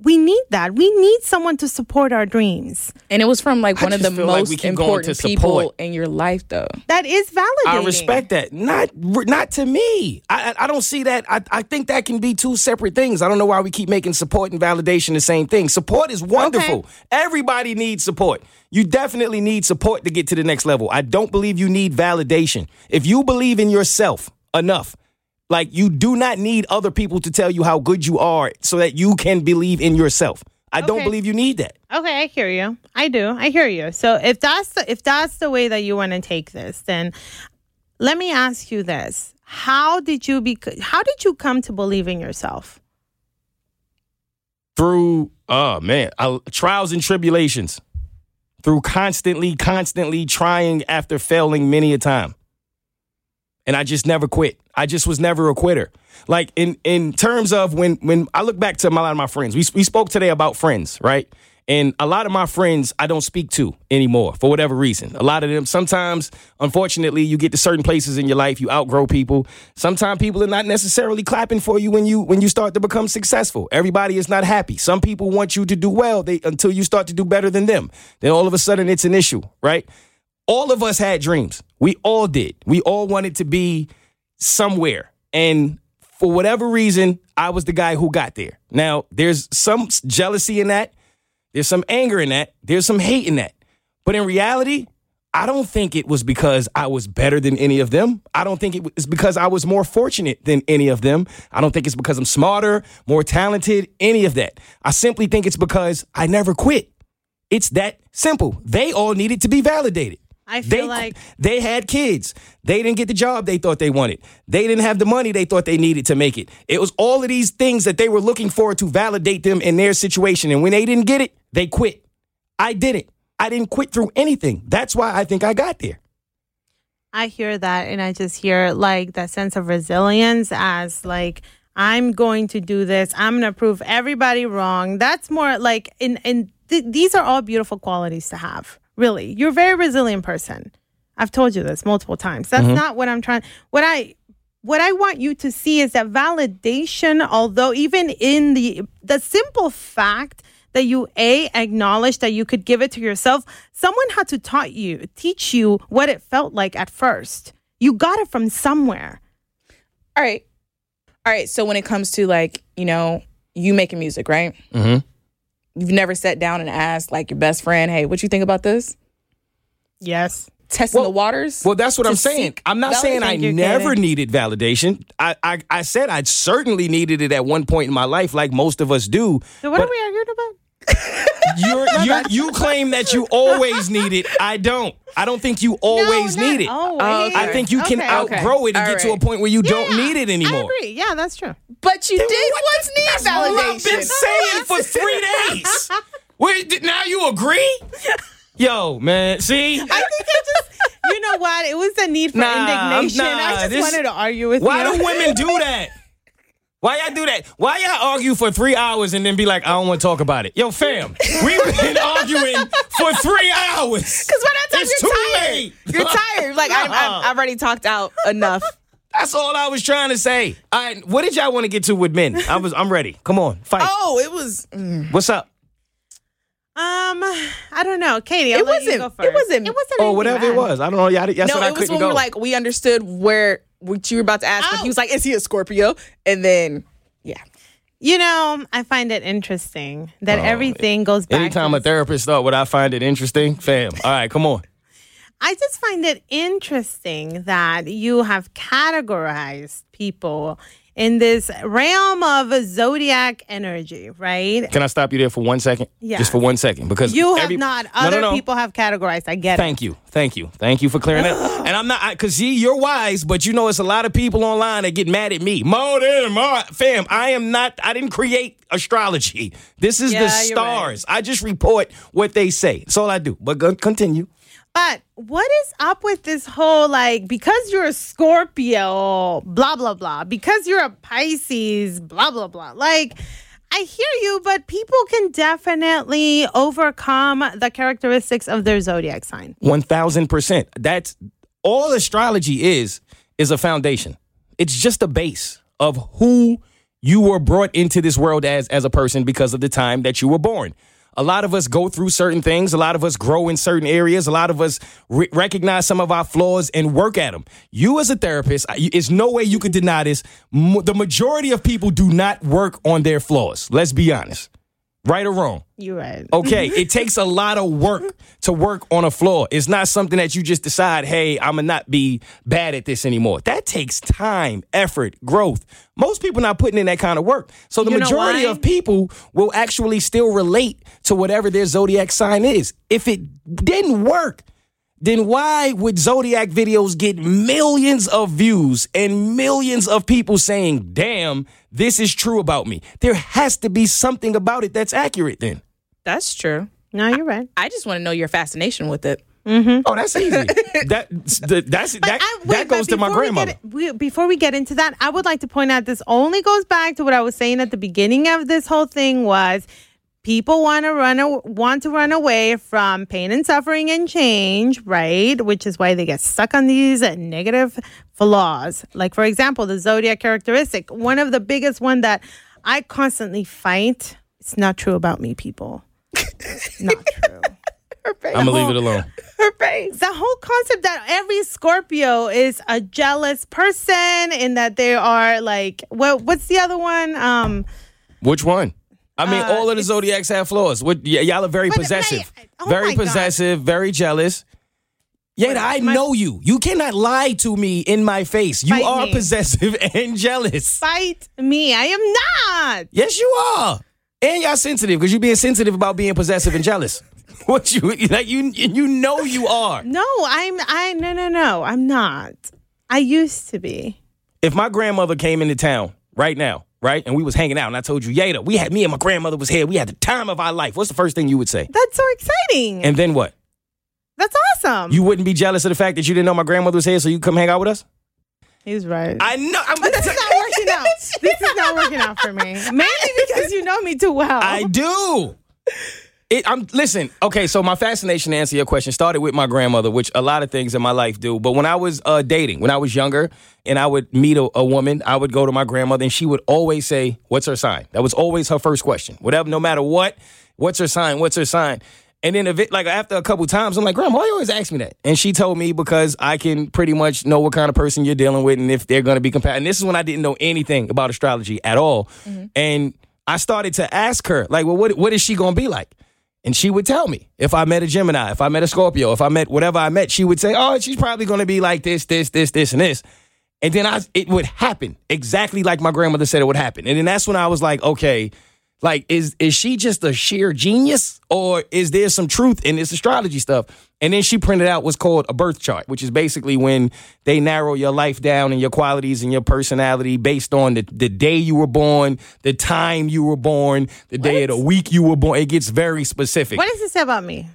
we need that. We need someone to support our dreams.
And it was from like
I
one of the
just feel like
most
we keep going to
important people
support.
in your life, though.
That is validating.
I respect that. Not, not to me. I, I I don't see that. I, I think that can be two separate things. I don't know why we keep making support and validation the same thing. Support is wonderful. Everybody needs support. You definitely need support to get to the next level. I don't believe you need validation. If you believe in yourself enough, like you do not need other people to tell you how good you are, so that you can believe in yourself. I don't
Okay.
believe you need that.
Okay, I hear you. I do. I hear you. So if that's the, if that's the way that you want to take this, then let me ask you this: How did you be? How did you come to believe in yourself?
through oh man I, trials and tribulations through constantly constantly trying after failing many a time and i just never quit i just was never a quitter like in in terms of when when i look back to my, a lot of my friends we, we spoke today about friends right and a lot of my friends i don't speak to anymore for whatever reason a lot of them sometimes unfortunately you get to certain places in your life you outgrow people sometimes people are not necessarily clapping for you when you when you start to become successful everybody is not happy some people want you to do well they until you start to do better than them then all of a sudden it's an issue right all of us had dreams. We all did. We all wanted to be somewhere. And for whatever reason, I was the guy who got there. Now, there's some s- jealousy in that. There's some anger in that. There's some hate in that. But in reality, I don't think it was because I was better than any of them. I don't think it was because I was more fortunate than any of them. I don't think it's because I'm smarter, more talented, any of that. I simply think it's because I never quit. It's that simple. They all needed to be validated.
I feel
they,
like-
they had kids. They didn't get the job they thought they wanted. They didn't have the money they thought they needed to make it. It was all of these things that they were looking for to validate them in their situation. And when they didn't get it, they quit. I did it. I didn't quit through anything. That's why I think I got there.
I hear that, and I just hear like that sense of resilience as like I'm going to do this. I'm gonna prove everybody wrong. That's more like and and th- these are all beautiful qualities to have. Really, you're a very resilient person. I've told you this multiple times. That's not what I'm trying. What I what I want you to see is that validation, although even in the the simple fact that you a acknowledge that you could give it to yourself, someone had to taught you, teach you what it felt like at first. You got it from somewhere.
All right. All right. So when it comes to like, you know, you making music, right?
Mhm.
You've never sat down and asked like your best friend, hey, what you think about this?
Yes.
Testing
Well-
the waters?
Well, that's what
to
I'm saying.
seek
I'm not saying I
validation you're
never
getting.
needed validation. I, I I said I certainly needed it at one point in my life, like most of us do.
So what
But
are we arguing about?
You're, you're, you claim that you always need it. I don't. I don't think you always
not
need it.
always.
I think you can
Okay.
outgrow it and
All
get to a
right.
point where you don't need it
I
anymore.
agree. Yeah, that's true.
but you did
what
once need
That's what I've been
validation.
saying for three days. Wait, did- now you agree? Yo, man, see?
I think I just, you know what? It was a need for
Nah, I'm-
indignation. I
nah,
just
this-
wanted to argue with
Why
you.
do women do that? Why y'all do that? Why y'all argue for three hours and then be like, I don't want to talk about it? Yo, fam, we've been arguing for three hours.
Because when I tell
It's
you're
too
tired,
late.
you're tired. Like I'm,
Uh-uh.
I'm, I've already talked out enough.
That's all I was trying to say. All right, what did y'all want to get to with men? I was, I'm ready. Come on, fight.
oh, it was.
What's up?
Um, I don't know, Katie. I'll
It
let you
wasn't-
go
it
first.
wasn't-
It wasn't.
Or
anything
whatever
bad.
it was. I don't know. Y'all, y'all said
no,
I
it was
couldn't
when
go.
we were like we understood where what you were about to ask, but
Oh.
he was like, "Is he a Scorpio?" And then, yeah,
You know, I find it interesting that everything goes back.
Oh, Anytime
to-
a therapist thought what I find it interesting, fam. All right, come on.
I just find it interesting that you have categorized people in this realm of zodiac energy, right?
Can I stop you there for one second?
Yeah.
Just for one second, because
You have
every-
not.
No, no,
Other
no.
people have categorized. I get
Thank you, thank you, thank you for clearing that. And I'm not because see, you're wise, but you know it's a lot of people online that get mad at me. Mo, there, Mo, fam, I am not. I didn't create astrology. This is
Yeah,
the
you're right.
stars. I just report what they say. That's all I do. But go- continue.
it. But what is up with this whole like because you're a Scorpio, blah blah blah, because you're a Pisces, blah blah blah. Like I hear you, but people can definitely overcome the characteristics of their zodiac sign.
One thousand percent. That's all astrology is is a foundation. It's just a base of who you were brought into this world as as a person because of the time that you were born. A lot of us go through certain things. A lot of us grow in certain areas. A lot of us re- recognize some of our flaws and work at them. You, as a therapist, I- it's no way you could deny this. M- the majority of people do not work on their flaws. Let's be honest, right or wrong.
You're right.
Okay, it takes a lot of work to work on a flaw. It's not something that you just decide, hey, I'm gonna not be bad at this anymore. That takes time, effort, growth. Most people not putting in that kind of work. So the
You know
majority
why?
of people will actually still relate to whatever their zodiac sign is. If it didn't work, then why would Zodiac videos get millions of views and millions of people saying, damn, this is true about me? There has to be something about it that's accurate then.
That's true.
No, you're right.
I just want to know your fascination with it.
Oh, that's easy. that th- that's that,
I- wait,
that
but
goes to my
before we get
grandmother.
it- we- before we get into that, I would like to point out this only goes back to what I was saying at the beginning of this whole thing was people want to run aw- want to run away from pain and suffering and change, right? Which is why they get stuck on these uh, negative flaws. Like for example, the zodiac characteristic, one of the biggest one that I constantly fight. It's not true about me, people. It's not true
Her face.
I'm gonna leave it alone.
Her face.
the whole concept that every Scorpio is a jealous person and that they are like what what's the other one? Um
Which one? I mean, all of the zodiacs have flaws. What y- y'all are very
Uh, But, like,
possessive,
oh my
very
God.
possessive, very jealous. Yet I
my-
know you. You cannot lie to me in my face. You
Fight
are
me.
possessive and jealous.
fight me. I am not.
Yes, you are. And y'all sensitive because you being sensitive about being possessive and jealous. What you like? You you know you are.
No, I'm I no no no, I'm not. I used to be.
if my grandmother came into town right now, right, and we was hanging out, and I told you, Yada, we had me and my grandmother was here, we had the time of our life. What's the first thing you would say?
That's so exciting.
And then what?
That's awesome.
You wouldn't be jealous of the fact that you didn't know my grandmother was here, so you come hang out with us?
He's right.
I know. I'm
but this is not working out. This is not working out for me. Mainly because you know me too well.
I do. It, I'm listen. Okay, so my fascination to answer your question started with my grandmother, which a lot of things in my life do. But when I was uh, dating, when I was younger, and I would meet a, a woman, I would go to my grandmother, and she would always say, "What's her sign?" That was always her first question. Whatever, no matter what, what's her sign? What's her sign? And then if it, like after a couple times, I'm like, Grandma, why you always ask me that? And she told me because I can pretty much know what kind of person you're dealing with and if they're going to be compatible. And this is when I didn't know anything about astrology at all, and I started to ask her, like, well, what, what is she going to be like? And she would tell me if I met a Gemini, if I met a Scorpio, if I met whatever I met, she would say, oh, she's probably going to be like this, this, this, this, and this. And then I, it would happen exactly like my grandmother said it would happen. And then that's when I was like, okay, like, is is she just a sheer genius, or is there some truth in this astrology stuff? And then she printed out what's called a birth chart, which is basically when they narrow your life down and your qualities and your personality based on the, the day you were born, the time you were born, the day of the week you were born. It gets very specific.
what does this say about me?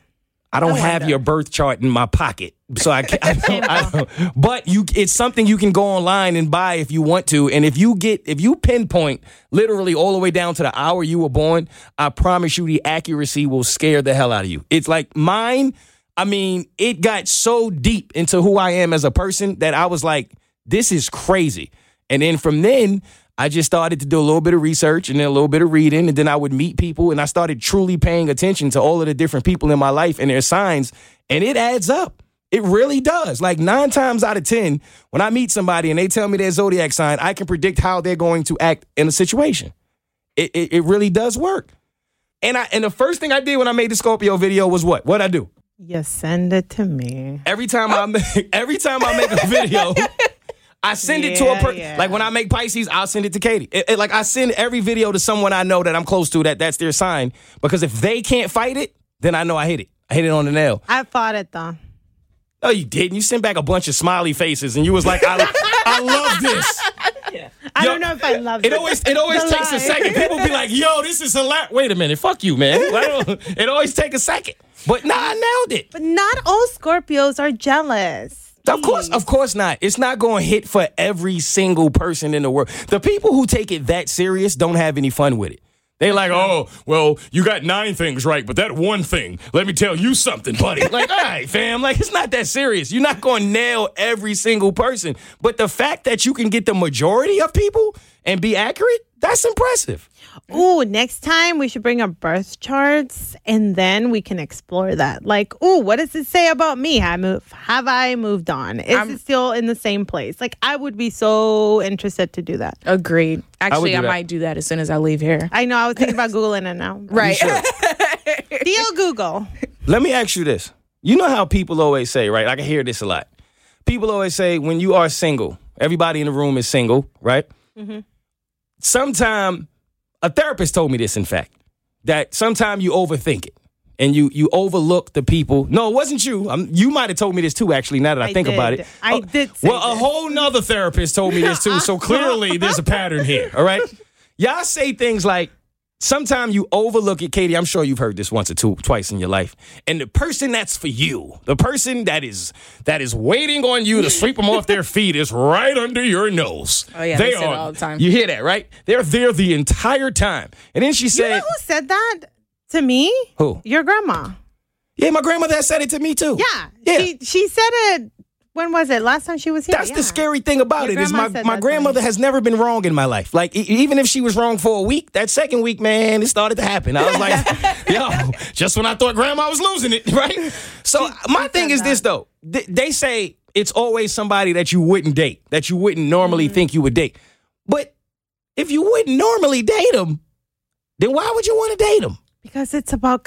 I don't have your birth chart in my pocket, so I can't. I don't, I don't- but you, it's something you can go online and buy if you want to. And if you get, if you pinpoint literally all the way down to the hour you were born, I promise you the accuracy will scare the hell out of you. It's like mine. I mean, it got so deep into who I am as a person that I was like, this is crazy. And then from then, I just started to do a little bit of research and then a little bit of reading. And then I would meet people and I started truly paying attention to all of the different people in my life and their signs. And it adds up. It really does. Like nine times out of 10, when I meet somebody and they tell me their zodiac sign, I can predict how they're going to act in a situation. It, it, it really does work. And I and the first thing I did when I made the Scorpio video was what? What'd I do?
You send it to me.
Every time I make, every time I make a video, I send it to a
Yeah,
person.
yeah.
Like when I make Pisces, I'll send it to Katie. It- it- like I send every video to someone I know that I'm close to that that's their sign because if they can't fight it, then I know I hit it. I hit it on the nail.
I fought it though.
No, you didn't. You sent back a bunch of smiley faces, and you was like, "I, I love this."
I
Yo,
don't know if I love
It always, it always
The
takes
lie.
a second. People be like, "Yo, this is a lot." Wait a minute, fuck you, man. Why don't- it always take a second. But nah, I nailed it.
But not all Scorpios are jealous.
Of course, of course not. It's not going to hit for every single person in the world. The people who take it that serious don't have any fun with it. They like, oh, well, you got nine things right, but that one thing, let me tell you something, buddy. like, all right, fam, like it's not that serious. You're not going to nail every single person. But the fact that you can get the majority of people and be accurate, that's impressive.
Ooh, next time we should bring up birth charts and then we can explore that. Like, ooh, what does it say about me? Have I moved, have I moved on? Is it still in the same place? Like, I would be so interested to do that.
Agreed. Actually,
do
I,
that.
might do that as soon as I leave here.
I know I was thinking about Googling it now.
Right.
Deal Google.
Let me ask you this. You know how people always say, right? I can hear this a lot. People always say when you are single, everybody in the room is single, right?
Mm-hmm.
Sometime a therapist told me this, in fact, that sometime you overthink it and you you overlook the people. No, it wasn't you. i you might have told me this too, actually. Now that I,
I
think about
did.
it,
I
Oh,
did say
Well, a
this.
whole nother therapist told me this too. So clearly, there's a pattern here. All right, y'all say things like Sometimes you overlook it, Katie. I'm sure you've heard this once or two, twice in your life. And the person that's for you, the person that is that is waiting on you to sweep them off their feet, is right under your nose.
Oh, yeah, they say it all the time.
You hear that, right? They're there the entire time. And then she
You
said,
know who said that to me?
"Who?
Your grandma.
Yeah, my grandmother has said it to me too.
Yeah.
yeah.
She, she said it, when was it? Last time she was here.
That's
Yeah.
the scary thing about
Your
it is
grandma
my,
said that
my
to
grandmother
me.
has never been wrong in my life. Like e- even if she was wrong for a week, that second week, man, it started to happen. I was like, yo, just when I thought grandma was losing it, right? So my thing is this though. Th- they say it's always somebody that you wouldn't date, that you wouldn't normally
Mm-hmm.
think you would date. But if you wouldn't normally date them, then why would you want to date them?
Because it's about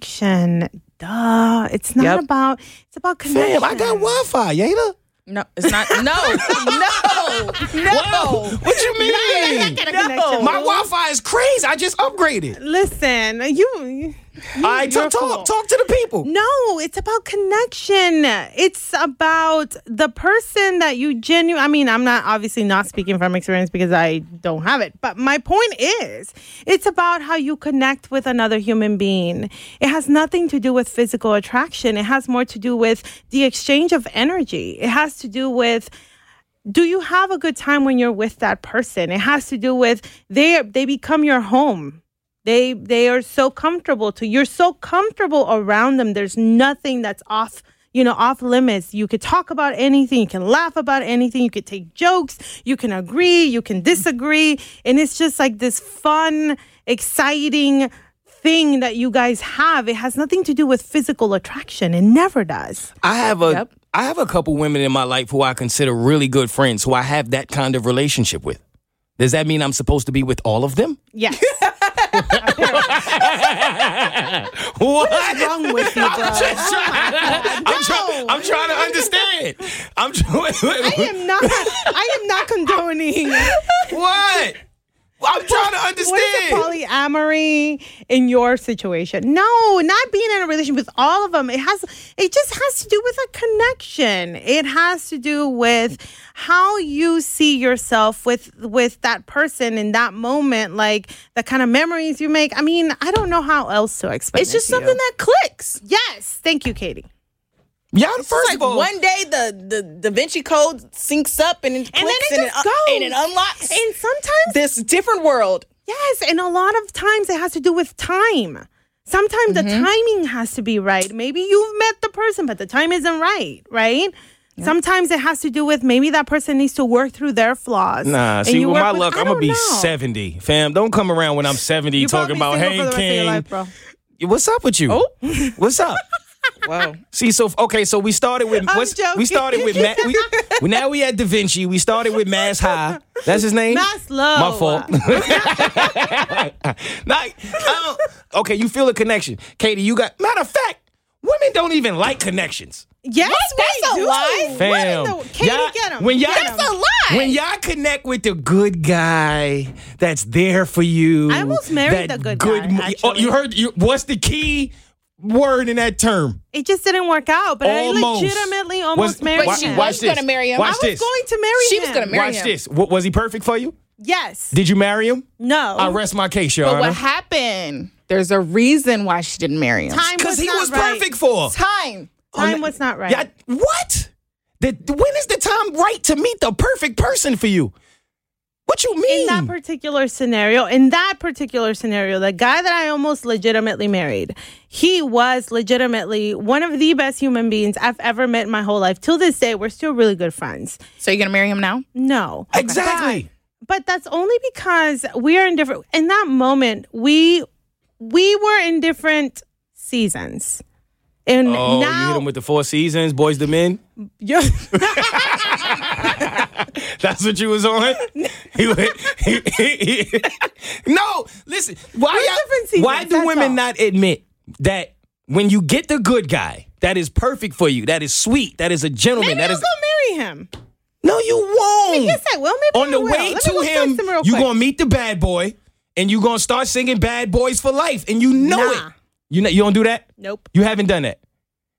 connection. Duh. It's not
Yep.
about it's about connection.
Fam, I got Wi-Fi, Yada.
No, it's not. No, no, no.
Whoa, what you mean?
connection.
My Wi-Fi is crazy. I just upgraded.
Listen, you
All right,
you're
talk, talk,
cool.
talk to the people.
No, it's about connection. It's about the person that you genuinely. I mean, I'm not obviously not speaking from experience because I don't have it, but my point is, it's about how you connect with another human being. It has nothing to do with physical attraction, it has more to do with the exchange of energy. It has to do with do you have a good time when you're with that person? It has to do with they they become your home. They they are so comfortable to you're so comfortable around them. There's nothing that's off, you know, off limits. You could talk about anything, you can laugh about anything, you could take jokes, you can agree, you can disagree, and it's just like this fun, exciting thing that you guys have. It has nothing to do with physical attraction. It never does.
I have a, I
Yep.
have a couple women in my life who I consider really good friends, who I have that kind of relationship with. Does that mean I'm supposed to be with all of them?
Yes.
what? is wrong with you, I'm just trying. I'm, try- I'm trying to understand. I'm trying.
I am not I am not condoning
what? I'm trying to understand.
What is a polyamory in your situation? No, not being in a relationship with all of them. It has it just has to do with a connection. It has to do with how you see yourself with with that person in that moment, like the kind of memories you make. I mean, I don't know how else to explain.
It's
it
just
to you.
something that clicks.
Yes, thank you, Katie.
Y'all,
It's
first
like
of all,
one day the, the Da Vinci Code syncs up and it clicks
then it
and,
just
it, un-
goes.
and it unlocks
And sometimes
this different world.
Yes, and a lot of times it has to do with time. Sometimes the
Mm-hmm.
timing has to be right. Maybe you've met the person, but the time isn't right, right? Sometimes it has to do with maybe that person needs to work through their flaws.
Nah,
and
see,
you
with
work
my luck,
I
I'm gonna
don't
be
know.
70, fam. Don't come around when I'm 70
You're
talking about
probably single
hey
for the rest of your
King.
life, bro.
What's up with you?
Oh.
What's up?
Wow.
See, so okay, so we started with
I'm
what's, we
joking.
started with Ma- we, well, now we at Da Vinci. We started with Mass High. That's his name.
Maslow.
My fault. like, I don't, okay, you feel a connection, Katie. You got matter of fact. Women don't even like connections.
Yes,
That's
we
a
do.
lie.
Fam.
What in the, Katie,
Y'all-
get him.
When y'all,
Get 'em.
That's a lie.
When y'all connect with the good guy that's there for you.
I almost married
that
the good guy,
mo- Oh,
actually.
you heard you, what's the key word in that term?
It just didn't work out, but
Almost.
I legitimately
Was-
almost married
But she
him.
was gonna
this.
marry him.
Watch
I was
this.
going to marry
She
him.
was gonna marry
Watch
him.
this. Wa- was he perfect for you?
Yes.
Did you marry him?
no.
I rest my case, Your
But
Honor.
what happened? There's a reason why she didn't marry him.
Time
Because he
not
was
right.
perfect for. her.
Time.
Time was not right.
Yeah, what? The, when is the time right to meet the perfect person for you? What you
in
mean?
that Oh, particular scenario, in that particular scenario, the guy that I almost legitimately married, he was legitimately one of the best human beings I've ever met in my whole life. Till this day, we're still really good friends.
So you're gonna marry him now?
No.
exactly.
But that's only because we are in different in that moment, we we were in different seasons. And
Oh, you hit
now
him with the Four Seasons, Boys the Men.
You're-
That's what you was on. He went- he- he- he- no, listen.
We're
Why?
different
y'all-
seasons,
Why do
that's
women
all.
not admit that when you get the good guy that is perfect for you, that is sweet, that is a gentleman,
maybe
that
I'll
is
go marry him.
no, you won't.
Yes, I will. Maybe
on
I
the
will.
way
Let me
to
go
him,
text real
you
quick.
gonna meet the bad boy, and you gonna start singing "Bad Boys for Life," and you know
Nah.
it. You know you don't do that.
Nope.
You haven't done that.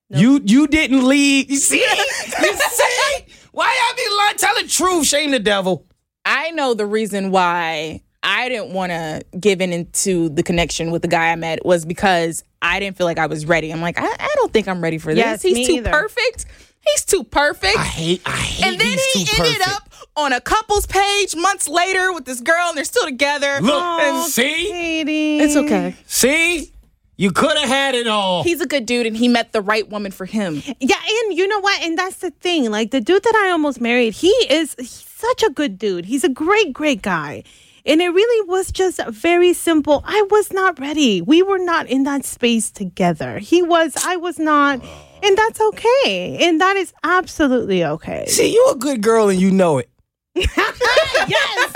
You you didn't leave. You see? you see? Why y'all be lying? Tell the truth. Shame the devil.
I know the reason why I didn't want to give in into the connection with the guy I met was because I didn't feel like I was ready. I'm like, I, I don't think I'm ready for this.
Yes,
He's
me
too
either.
perfect. He's too perfect.
I hate. I hate.
and then he
these two
ended
perfect.
up on a couple's page months later with this girl, and they're still together.
Look Mm.
Oh,
and see,
Katie.
It's okay.
see, you could have had it all.
He's a good dude, and he met the right woman for him.
Yeah, and you know what? And that's the thing. Like the dude that I almost married, he is he's such a good dude. He's a great, great guy. And it really was just very simple. I was not ready. We were not in that space together. He was, I was not. And that's okay. And that is absolutely okay.
see, you a good girl and you know it.
yes.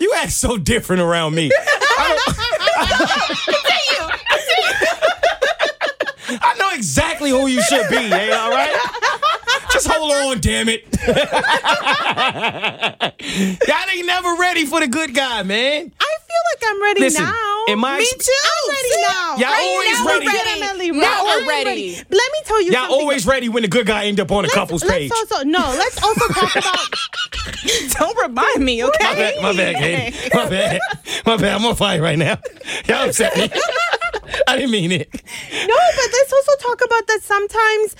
You act so different around me. I, don't- I know exactly who you should be, yeah, all right? Just hold on, damn it. Y'all ain't never ready for the good guy, man.
I feel like I'm ready
Listen,
now.
in my
Me
expe-
too. I'm ready now.
Y'all
I'm
always
now
ready.
legitimately ready.
Now we're
I'm
ready.
Let me tell you
Y'all
something.
always ready when the good guy end up on a couple's
let's
page.
also no. Let's also talk about
Don't remind me,
My
okay?
bad, my bad, Katie. My bad. My bad. I'm on fire right now. Y'all upset me. I didn't mean it.
no, but let's also talk about that sometimes.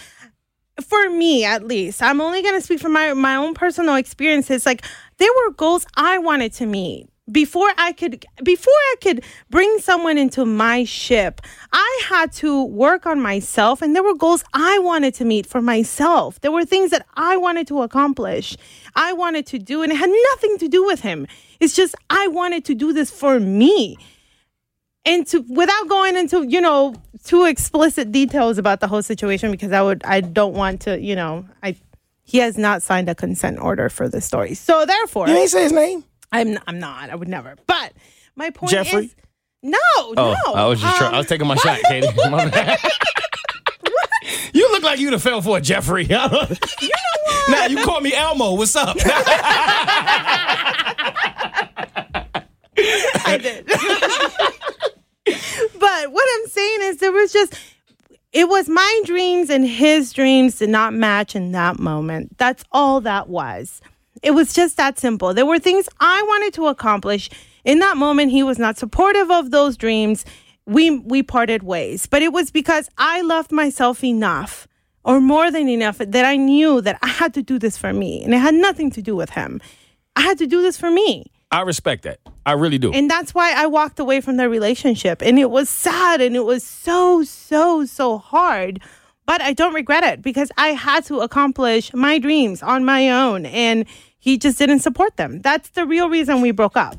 For me, at least, I'm only gonna speak from my my own personal experiences. Like there were goals I wanted to meet before I could before I could bring someone into my ship. I had to work on myself, and there were goals I wanted to meet for myself. There were things that I wanted to accomplish, I wanted to do, and it had nothing to do with him. It's just I wanted to do this for me and to without going into you know too explicit details about the whole situation because i would i don't want to you know i he has not signed a consent order for this story so therefore
You ain't say his name.
i'm i'm not i would never but my point
Jeffrey?
is no
Oh,
no um,
taking my shot, Katie. My bad. You look like you'd have fell for it, Jeffrey. you know what? Now you call me Elmo. What's up?
I did. but what I'm saying is, there was just, it was my dreams and his dreams did not match in that moment. That's all that was. It was just that simple. There were things I wanted to accomplish. In that moment, he was not supportive of those dreams. We we parted ways, but it was because I loved myself enough or more than enough that I knew that I had to do this for me and it had nothing to do with him. I had to do this for me.
I respect that. I really do.
And that's why I walked away from their relationship. And it was sad and it was so, so, so hard. But I don't regret it because I had to accomplish my dreams on my own. And he just didn't support them. That's the real reason we broke up.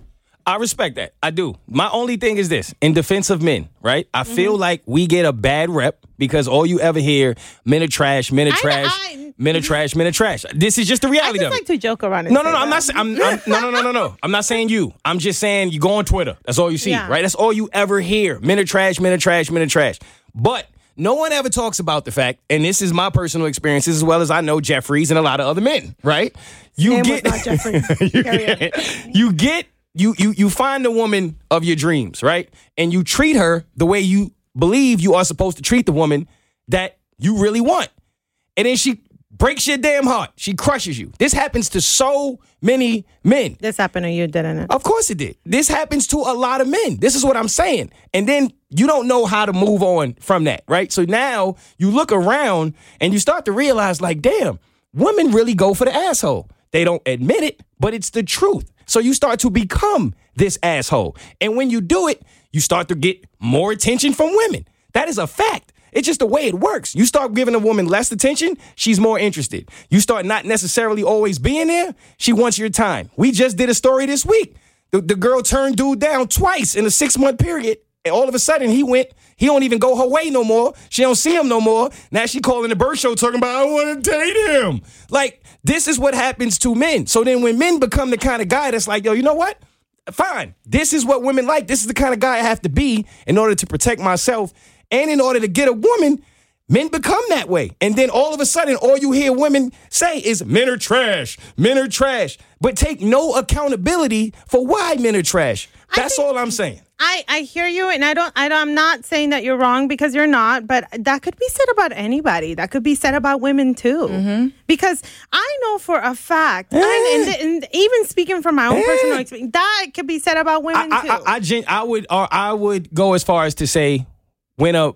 I respect that. I do. My only thing is this in defense of men, right? I
Mm-hmm.
feel like we get a bad rep because all you ever hear men are trash, men are
I-
trash,
I- Mm-hmm.
men are trash, men are trash. This is just the
I
reality
just
of it.
like to joke around. And
No, no,
say
no. I'm
that.
not. sa- I'm, I'm no, no, no, no, no. I'm not saying you. I'm just saying you go on Twitter. That's all you see,
Yeah.
right? That's all you ever hear. Men are trash. Men are trash. Men are trash. But no one ever talks about the fact, and this is my personal experience as well as I know Jeffries and a lot of other men, right? You
Name was
get
not Jeffrey.
you, get, you get you you you find the woman of your dreams, right? And you treat her the way you believe you are supposed to treat the woman that you really want. And then she breaks your damn heart. She crushes you. This happens to so many men.
This happened to you, didn't it?
Of course it did. This happens to a lot of men. This is what I'm saying. And then you don't know how to move on from that, right? So now you look around and you start to realize, like, damn, women really go for the asshole. They don't admit it, but it's the truth. So you start to become this asshole. And when you do it, you start to get more attention from women. That is a fact. It's just the way it works. You start giving a woman less attention, she's more interested. You start not necessarily always being there, she wants your time. We just did a story this week. The, the girl turned dude down twice in a six month period, and all of a sudden he went. He don't even go her way no more. She don't see him no more. Now she calling the bird show talking about I want to date him. Like this is what happens to men. So then when men become the kind of guy that's like, yo, you know what? fine. This is what women like. This is the kind of guy I have to be in order to protect myself and in order to get a woman. Men become that way. And then all of a sudden, all you hear women say is men are trash, men are trash, but take no accountability for why men are trash. That's all I'm saying.
I, I hear you, and I don't, I don't. I'm not saying that you're wrong because you're not, but that could be said about anybody. That could be said about women too,
Mm-hmm.
because I know for a
Eh?
fact, and, and, and even speaking from my own personal experience, that could be said about women
I,
too.
I, I, gen- I would or I would go as far as to say when a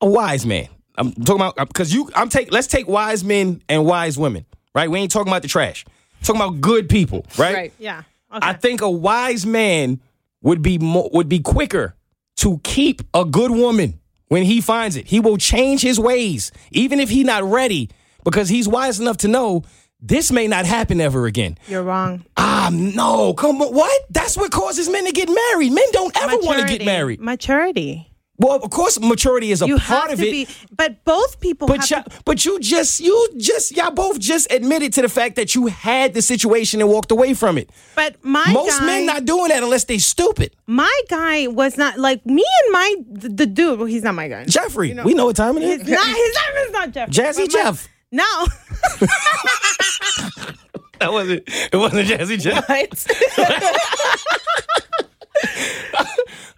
a wise man. I'm talking about because you. I'm take. Let's take wise men and wise women. Right. We ain't talking about the trash. talking about good people. Right.
Right.
yeah, okay.
I think a wise man would be mo- would be quicker to keep a good woman when he finds it. He will change his ways even if he not ready because he's wise enough to know this may not happen ever again.
you're wrong.
Ah, no, come on. What? That's what causes men to get married. Men don't ever want to get
Maturity.
married.
Maturity.
Well, of course, maturity is a
You
part
have
of
to
it.
be, but both people.
but
have
y'all, but you just you just y'all both just admitted to the fact that you had the situation and walked away from it.
to, but my
Most
guy,
men not doing that unless they stupid.
my guy was not like me and my the, the dude. Well, he's not my guy.
Jeffrey, we know what time it
It's
is.
not his name is not Jeff.
Jazzy
But my-
Jeff.
No.
That wasn't it wasn't Jazzy Jeff.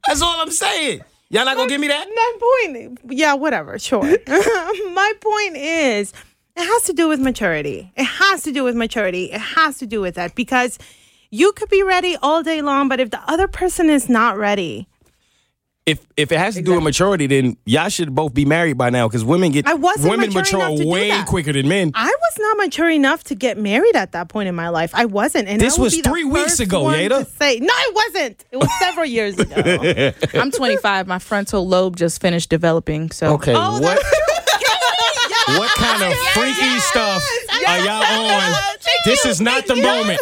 That's all I'm saying. Y'all not gonna give me that?
my point yeah whatever sure my point is it has to do with maturity it has to do with maturity it has to do with that because you could be ready all day long but if the other person is not ready
If if it has to do with maturity, then y'all should both be married by now because women get
I wasn't
women
mature
mature
enough to do
way
that.
quicker than men.
i was not mature enough to get married at that point in my life i wasn't and
This
I would
was
be the
three weeks
first
ago,
one
Yada.
to say no it wasn't it was several years ago
I'm 25. My frontal lobe just finished developing. So
Okay,
Oh,
what
that's true. Yes.
what kind of freaky stuff are y'all on?
Thank
This
you.
is not the
Thank you.
moment.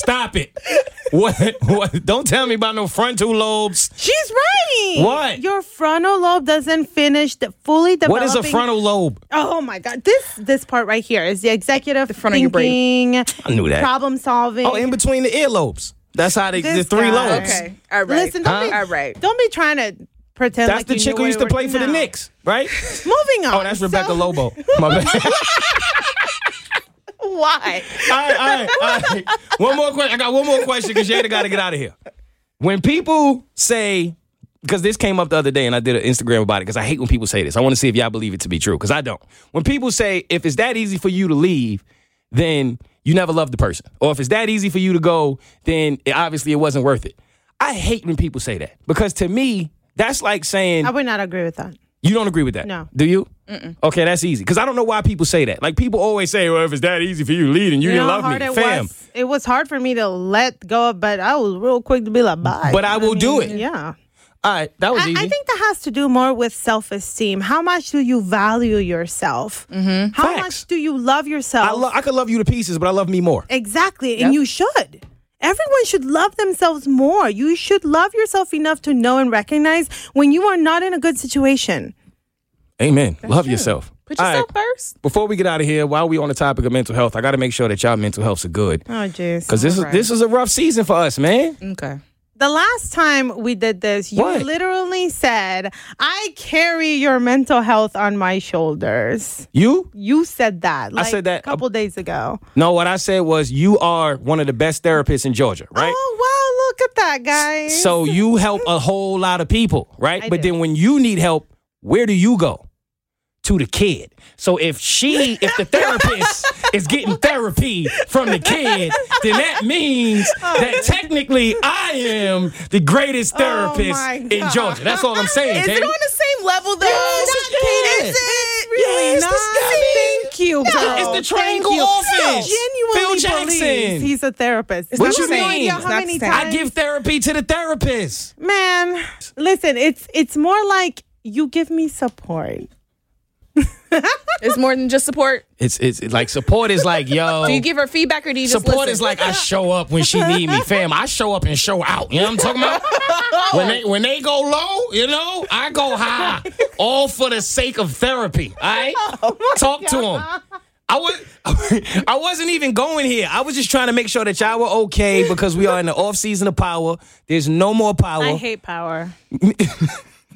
Stop it. What, what? Don't tell me about no frontal lobes.
She's right.
What?
Your frontal lobe doesn't finish the fully developing.
What is a frontal lobe?
Oh my god! This this part right here is the executive
front of your
thinking,
I knew that.
problem solving.
Oh, in between the earlobes. That's how they the
This
three
guy.
lobes.
Okay. All right.
Listen, don't,
Huh?
be,
All right.
don't be trying to pretend.
That's
like
the
you
chick
knew
who
where
used
we
to
were-
play for the
No.
Knicks, right?
Moving on.
Oh, that's Rebecca
So-
Lobo. My bad.
Why?
all right, all right, all right. One more question. I got one more question because Jada got to get out of here. When people say, because this came up the other day and I did an Instagram about it because I hate when people say this. I want to see if y'all believe it to be true because I don't. When people say, if it's that easy for you to leave, then you never loved the person. Or if it's that easy for you to go, then it, obviously it wasn't worth it. I hate when people say that because to me, that's like saying
I would not agree with that.
you don't agree with that?
No.
Do you? Okay, that's easy. Because I don't know why people say that. Like people always say, "Well, if it's that easy for you to lead and you,
know
didn't
how
love me,
hard it
fam."
was. It was hard for me to let go, of, but I was real quick to be like, "Bye."
But I will do it.
Yeah.
All right, that was
I,
easy.
I think that has to do more with self esteem. How much do you value yourself? Mm-hmm. How
Facts.
much do you love yourself?
I, lo- I could love you to pieces, but I love me more.
exactly. And you should. Everyone should love themselves more. You should love yourself enough to know and recognize when you are not in a good situation.
Amen. Love yourself.
Put
All right,
yourself first.
Before we get out of here, while we on the topic of mental health, I got to make sure that y'all mental healths are good
Oh, jeez.
because this is this is a rough season for us, man.
Okay.
The last time we did this, you
What?
literally said, I carry your mental health on my shoulders.
You?
You said that. Like,
said that
a couple days ago.
No, what I said was you are one of the best therapists in Georgia, right?
Oh, wow. Look at that, guys.
So you help a whole lot of people, right?
I
but
do.
then when you need help, where do you go? To the kid. So if she, if the therapist is getting therapy from the kid, then that means
Oh.
that technically I am the greatest therapist
my
in
God.
Georgia. That's all I'm saying.
Oh Is
Dave.
it on the same level though?
Yes, it's- yeah.
Is it really
Yes,
not?
this guy, man.
Thank you, girl.
it's the
Thank
triangle
you.
offense.
No, genuinely
Phil
believes
Jackson.
He's a therapist.
What
It's
you
not the
mean?
idea
It's
how
not
many
the same. I
I
times-
give therapy to the therapist.
man. Listen, it's it's more like you give me support.
It's more than just support.
It's it's like support is like yo.
Do you give her feedback or do you just
Oh. Support
listen?
is like I show up when she need me, fam. I show up and show out. You know what I'm talking about? When they when they go low, you know, I go high. All for the sake of therapy. All right,
Oh
talk to them. I was I wasn't even going here. I was just trying to make sure that y'all were okay because we are in the off season of power. There's no more power.
I hate power.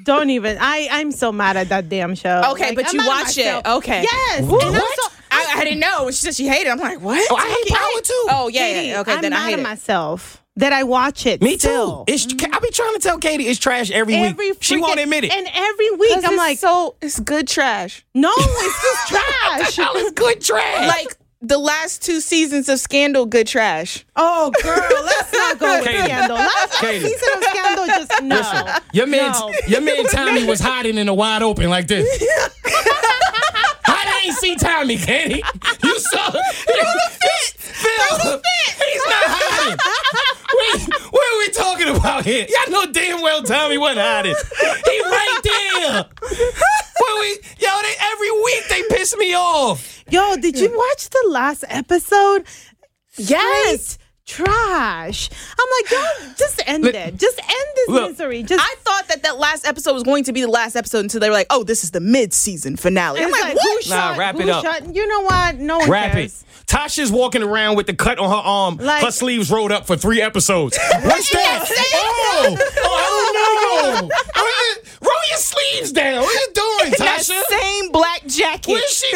Don't even. I I'm so mad at that damn show.
Okay, but
I'm
you
mad at
watch it.
myself.
Okay.
Yes.
What?
and I'm
What?
so-
I, I didn't know. When she said she hated, it, I'm like, what?
oh, I hate power too.
Oh yeah, yeah,
Katie,
Okay,
I'm
then
mad
I hate
at
it.
myself that I watch it.
Me too.
still.
It's I be trying to tell Katie it's trash every,
Every
week. She
freaking-
won't admit it.
And every week I'm like,
so it's good trash.
no, it's just trash.
Hell, it's good trash.
Like the last two seasons of Scandal, good trash.
Oh, girl, let's not go with
Katie.
scandal. Last last
Katie.
season of scandal, just no.
Your man,
No.
your man Tommy was hiding in the wide open like this. I didn't see Tommy, Kenny. You saw Phil. He's not hiding. Wait, what are we talking about here? Y'all know damn well Tommy wasn't hiding. He right there. What we, yo, they, every week they piss me off.
Yo, did you watch the last episode?
Yes.
Straight Trash. I'm like, yo, just end it. Just end this
look,
misery. Just
I thought that that last episode was going to be the last episode until they were like, "Oh, this is the mid-season finale." I'm
it's like,
like, "What?"
who
Nah,
shot?
wrap
who
it up.
Shot? You know what? No one
Rap it.
cares.
Tasha's walking around with the cut on her arm.
Like-
her sleeves rolled up for three episodes. What's that? oh, oh, I don't know. I mean, Roll your sleeves down. What you doing,
In that
Tasha?
same black jacket.
What is she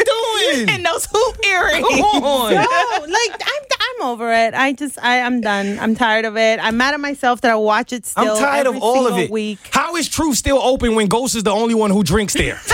doing?
and those hoop earrings.
Come on.
No, like I'm, I'm over it. I just, I, I'm done. I'm tired of it. I'm mad at myself that I watch it
I'm
still.
tired
every
of all of
single
it.
Week.
How is Truth still open when Ghost is the only one who drinks there?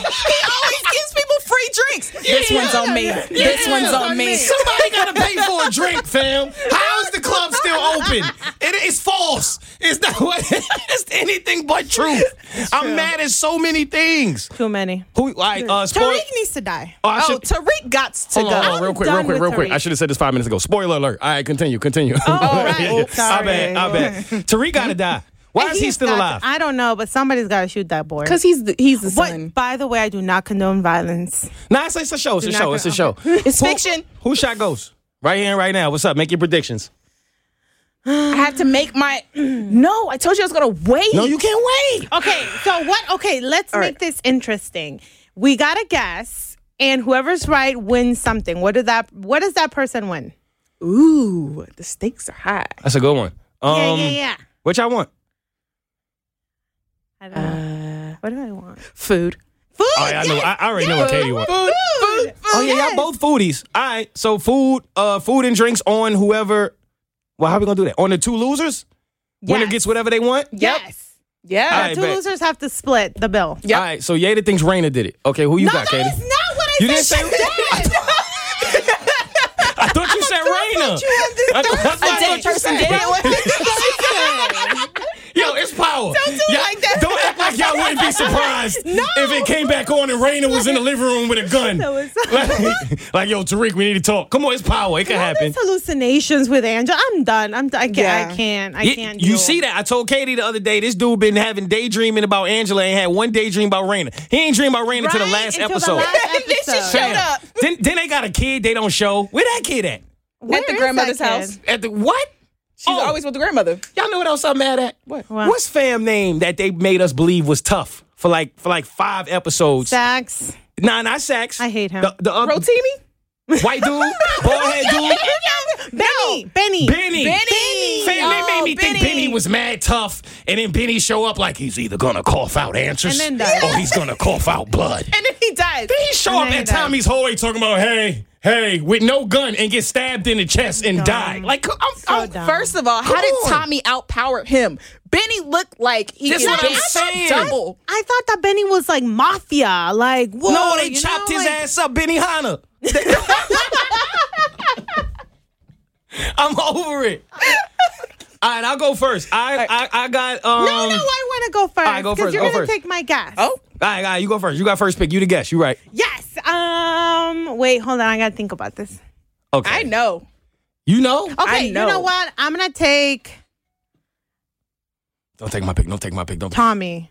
he always gives people free drinks. This one's on me. This
Yeah.
one's on me.
Somebody gotta pay for a drink, fam. How is the club still open? It is false. It's not. what- It's anything but truth. I'm mad at so many things.
Too many.
Who? Like, uh, spoil-
Tariq needs to die.
Oh, I
Oh,
should-
Tariq got to
Hold
go.
on, hold on, real quick, real
done
quick,
with
real quick.
Tariq.
I should have said this five minutes ago. Spoiler alert. All right, continue, continue. Oh,
all right.
I
Sorry.
bet, I bet. Tariq gotta die. Why is he
He's
still
got-
alive?
I don't know, but somebody's got to shoot that boy.
Because he's the, he's the
But
son.
by the way, I do not condone violence.
Nah, it's, it's a show. It's a
not
show.
go-
It's a show.
It's
Who-
fiction.
Who shot Ghost? Right here and right now. What's up? Make your predictions.
I have to make my. No, I told you I was going to wait.
No, you can't wait.
Okay, so what? Okay, let's
All
make
right.
this interesting. We got to guess, and whoever's right wins something. What did that? What does that person win?
Ooh, the stakes are high.
That's a good one. Um,
yeah, yeah, yeah.
What y'all want?
I don't
Uh,
know. what do I want?
Food.
Food.
Oh, yeah, I know. I, I already know what Katie wants.
Food. Food. food.
Oh yeah, y'all both foodies. All right, so food, uh, food and drinks on whoever. Well, how we gonna do that? On the two losers, winner
Yes.
gets whatever they want.
Yes.
Yeah.
All right. I
Two
bet.
losers have to split the bill.
Yep.
All right, so Yada thinks Raina did it. Okay, who you
no,
got,
that
Katie?
is not what I
You
said.
didn't say-
she did.
I thought you said Raina. I thought- that's what I
Did
thought you
person
said.
did it?
Yo, it's power. Don't do
it like that.
Don't act like y'all wouldn't be surprised if it came back on and Raina was in the living room with a gun.
No, it's
like, like, yo, Tariq, we need to talk. Come on, it's power. It can
All
happen.
these hallucinations with Angela. I'm done. I'm done. I can't.
Yeah.
I can't. I
Y-
can't.
you
deal.
see that? I told Katie the other day. This dude been having daydreaming about Angela and had one daydream about Raina. He ain't dream about Raina until the
Right,
last
until the
episode.
last
This
episode.
is showed up.
then, then they got a kid they don't show. Where that kid at?
Where
At the
is
grandmother's
that
house.
kid?
At the what?
She's
Oh.
always with the grandmother.
Y'all know what else I'm mad at?
What?
What?
What's fam name that they made us believe was tough for like for like five episodes?
Sacks.
nah, not Sacks.
I hate him.
The, the other
Rotimi?
white dude, bald head dude.
No,
Benny, Benny,
Benny.
Benny!
Fam, they made me
Oh,
think
Benny.
Benny was mad tough, and then Benny show up like he's either gonna cough out answers
And then die.
or he's gonna cough out blood.
And then he dies.
Then he show
And
up
then
at
he dies.
Tommy's hallway talking about hey, hey, with no gun and get stabbed in the chest and die. Like I'm,
Oh,
I'm
dumb.
first of all, how
Come
did
on.
Tommy outpower him? Benny looked like he
That's
could
what I'm
bench
saying.
double.
I thought that Benny was like mafia, like whoa.
no, they
Oh, you
chopped
know,
his
like-
ass up, Benny Hanna. I'm over it. All right, I'll go first. I I, I got um.
No, no, I want to go first.
right, go
'cause
first,
You're
go
gonna
first.
take my guess.
Oh,
All right, all right, you go first. You got first pick. You the guest. You right.
Yes. Um. Wait. Hold on. I gotta think about this.
Okay.
I know.
You know?
Okay.
I
You
know.
know what? I'm gonna take
Don't take my pick. Don't take my pick. Don't. Oh,
Tommy.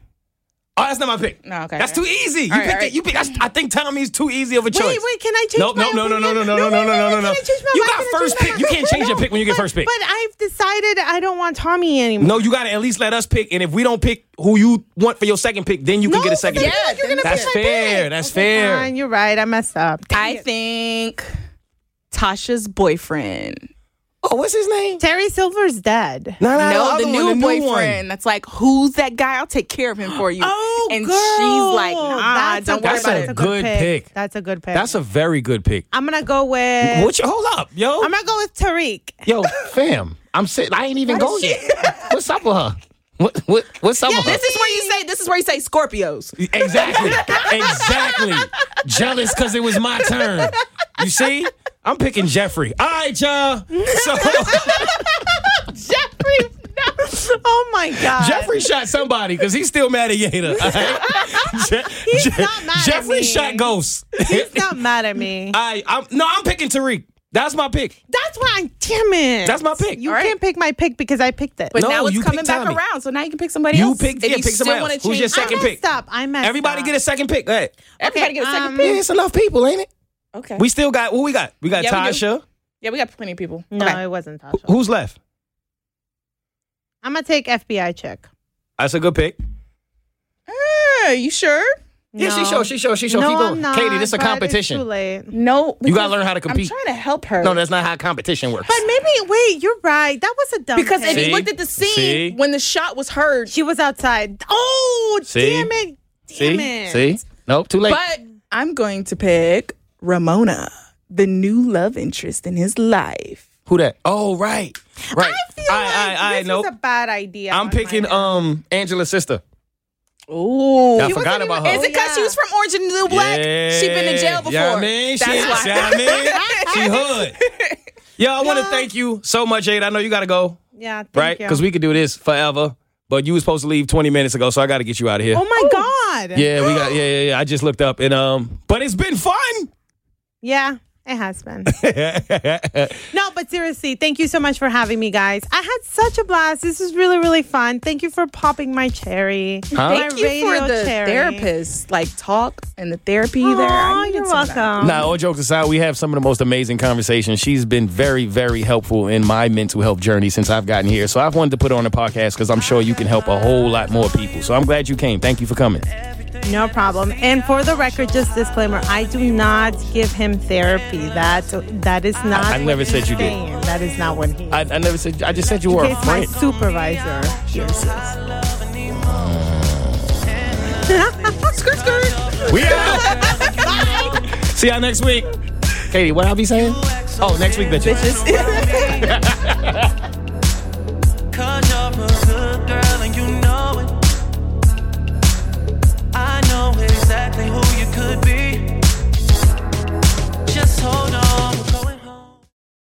that's not my pick.
No, okay.
That's too easy. You
All right,
picked
all right.
it. You picked. that's- I think Tommy's too easy of a
Wait,
choice.
wait. Can I change
Nope,
my
nope, no, no, no, no,
opinion?
no, no, no,
wait,
no,
wait,
no, no.
Can I change my
You
mind?
got
Can I change
first
my
pick. You
mind?
can't change your
No,
pick when you get
but-
first pick.
But I've decided I don't want Tommy anymore.
no, you gotta at least let us pick. And if we don't pick who you want for your second pick, then you can
No,
get a
because
second
I
pick.
feel like you're gonna
that's
pick my
fair.
pick.
That's
Okay,
fair.
Fine, you're right. I messed up.
I think Tasha's boyfriend.
Oh, what's his name?
Terry Silver's dead.
No,
No,
other
the
one,
new
one.
boyfriend. That's like, who's that guy? I'll take care of him for you.
Oh,
and
girl.
she's like, nah,
That's a
don't
good-
worry
That's
about
a
it.
good pick.
That's a good pick.
That's a very good pick.
I'm gonna go with.
What you, hold up, yo,
I'm gonna go with Tariq.
yo, fam. I'm sitting. I ain't even go yet. What's up with her? What, what, what's up with her?
This is where you say. This is where you say Scorpios.
Exactly. exactly. Jealous because it was my turn. You see? I'm picking Jeffrey. All right, y'all. So
Jeffrey, no. Oh my God.
Jeffrey shot somebody because he's still mad at Yada. all right? Je- Je-
not mad at
Jeffrey
me.
shot Ghost.
He's not mad at me.
I, I'm, no, I'm picking Tariq. That's my pick.
That's why I'm. Damn it.
That's my pick.
You
All right.
can't pick my pick because I picked it.
But
No,
now it's
you
coming
picked
back
Tommy.
around, so now you can pick somebody
You
else.
picked-
if
yeah,
you
pick somebody
still wanna
else. Who's
change-
your
I
second
I
don't-
pick.
messed up. I messed
Everybody
up.
get a second pick. Go ahead.
Everybody get a second
um,
Yeah,
pick.
it's enough people, ain't it?
Okay.
We still got who we got. We got
Yeah, we do.
Tasha.
yeah, we got plenty of people.
No,
Okay.
it wasn't Tasha.
Who's left?
I'm gonna take FBI check.
That's a good pick.
Hey, you sure?
Yeah, she
No.
show, she show, she show.
no,
Keep going.
I'm not,
Katie, this is a
but it's
competition.
too late.
No.
You gotta
because
learn how to compete.
I'm trying to help her.
No, that's not how competition works.
But maybe wait, you're right. That was a dumb.
because if
pick.
See?
you looked at the scene
See?
when the shot was heard,
she was outside. Oh,
See?
damn it! Damn it!
See? See? Nope, too late.
but I'm going to pick Ramona, the new love interest in his life.
Who that? Oh, right. Right.
I feel
All right,
like
all right, all right,
this
nope.
was a bad idea.
I'm
on my
picking
end.
um Angela's sister.
Ooh.
I forgot about
wasn't even-
her.
Is it because she
Yeah.
was from Orange and the New Black? she been in jail before.
Yeah, you know what I mean,
That's
she,
why.
you know what I mean? she hood. Yo, I want to
Yeah.
thank you so much, Jade. I know you got to go,
Yeah, thank
right?
you.
Because we could do this forever, but you was supposed to leave 20 minutes ago, so I got to get you out of here.
Oh my god.
yeah, we got. Yeah, yeah, yeah. I just looked up, and um, but it's been fun.
Yeah, it has been. no, but seriously, thank you so much for having me, guys. I had such a blast. This was really, really fun. Thank you for popping my cherry.
Thank
My
you
radio
for the
cherry.
therapist, like talk and the therapy there.
Aw,
I needed
you're
some of that.
welcome.
Nah, all jokes aside, we have some of the most amazing conversations. She's been very, very helpful in my mental health journey since I've gotten here. So I've wanted to put on a podcast because I'm sure you can help a whole lot more people. So I'm glad you came. Thank you for coming.
No problem. And for the record, just disclaimer: I do not give him therapy. That that is not.
I never
what
said
he's
you did.
saying. That is not what he.
I, I never said, I just said you were
in
a
case my
friend.
supervisor hears this.
Skirt, skirt.
We out. See y'all next week. Katie, what I'll be saying? Oh, next week, bitches.
Cause you're a good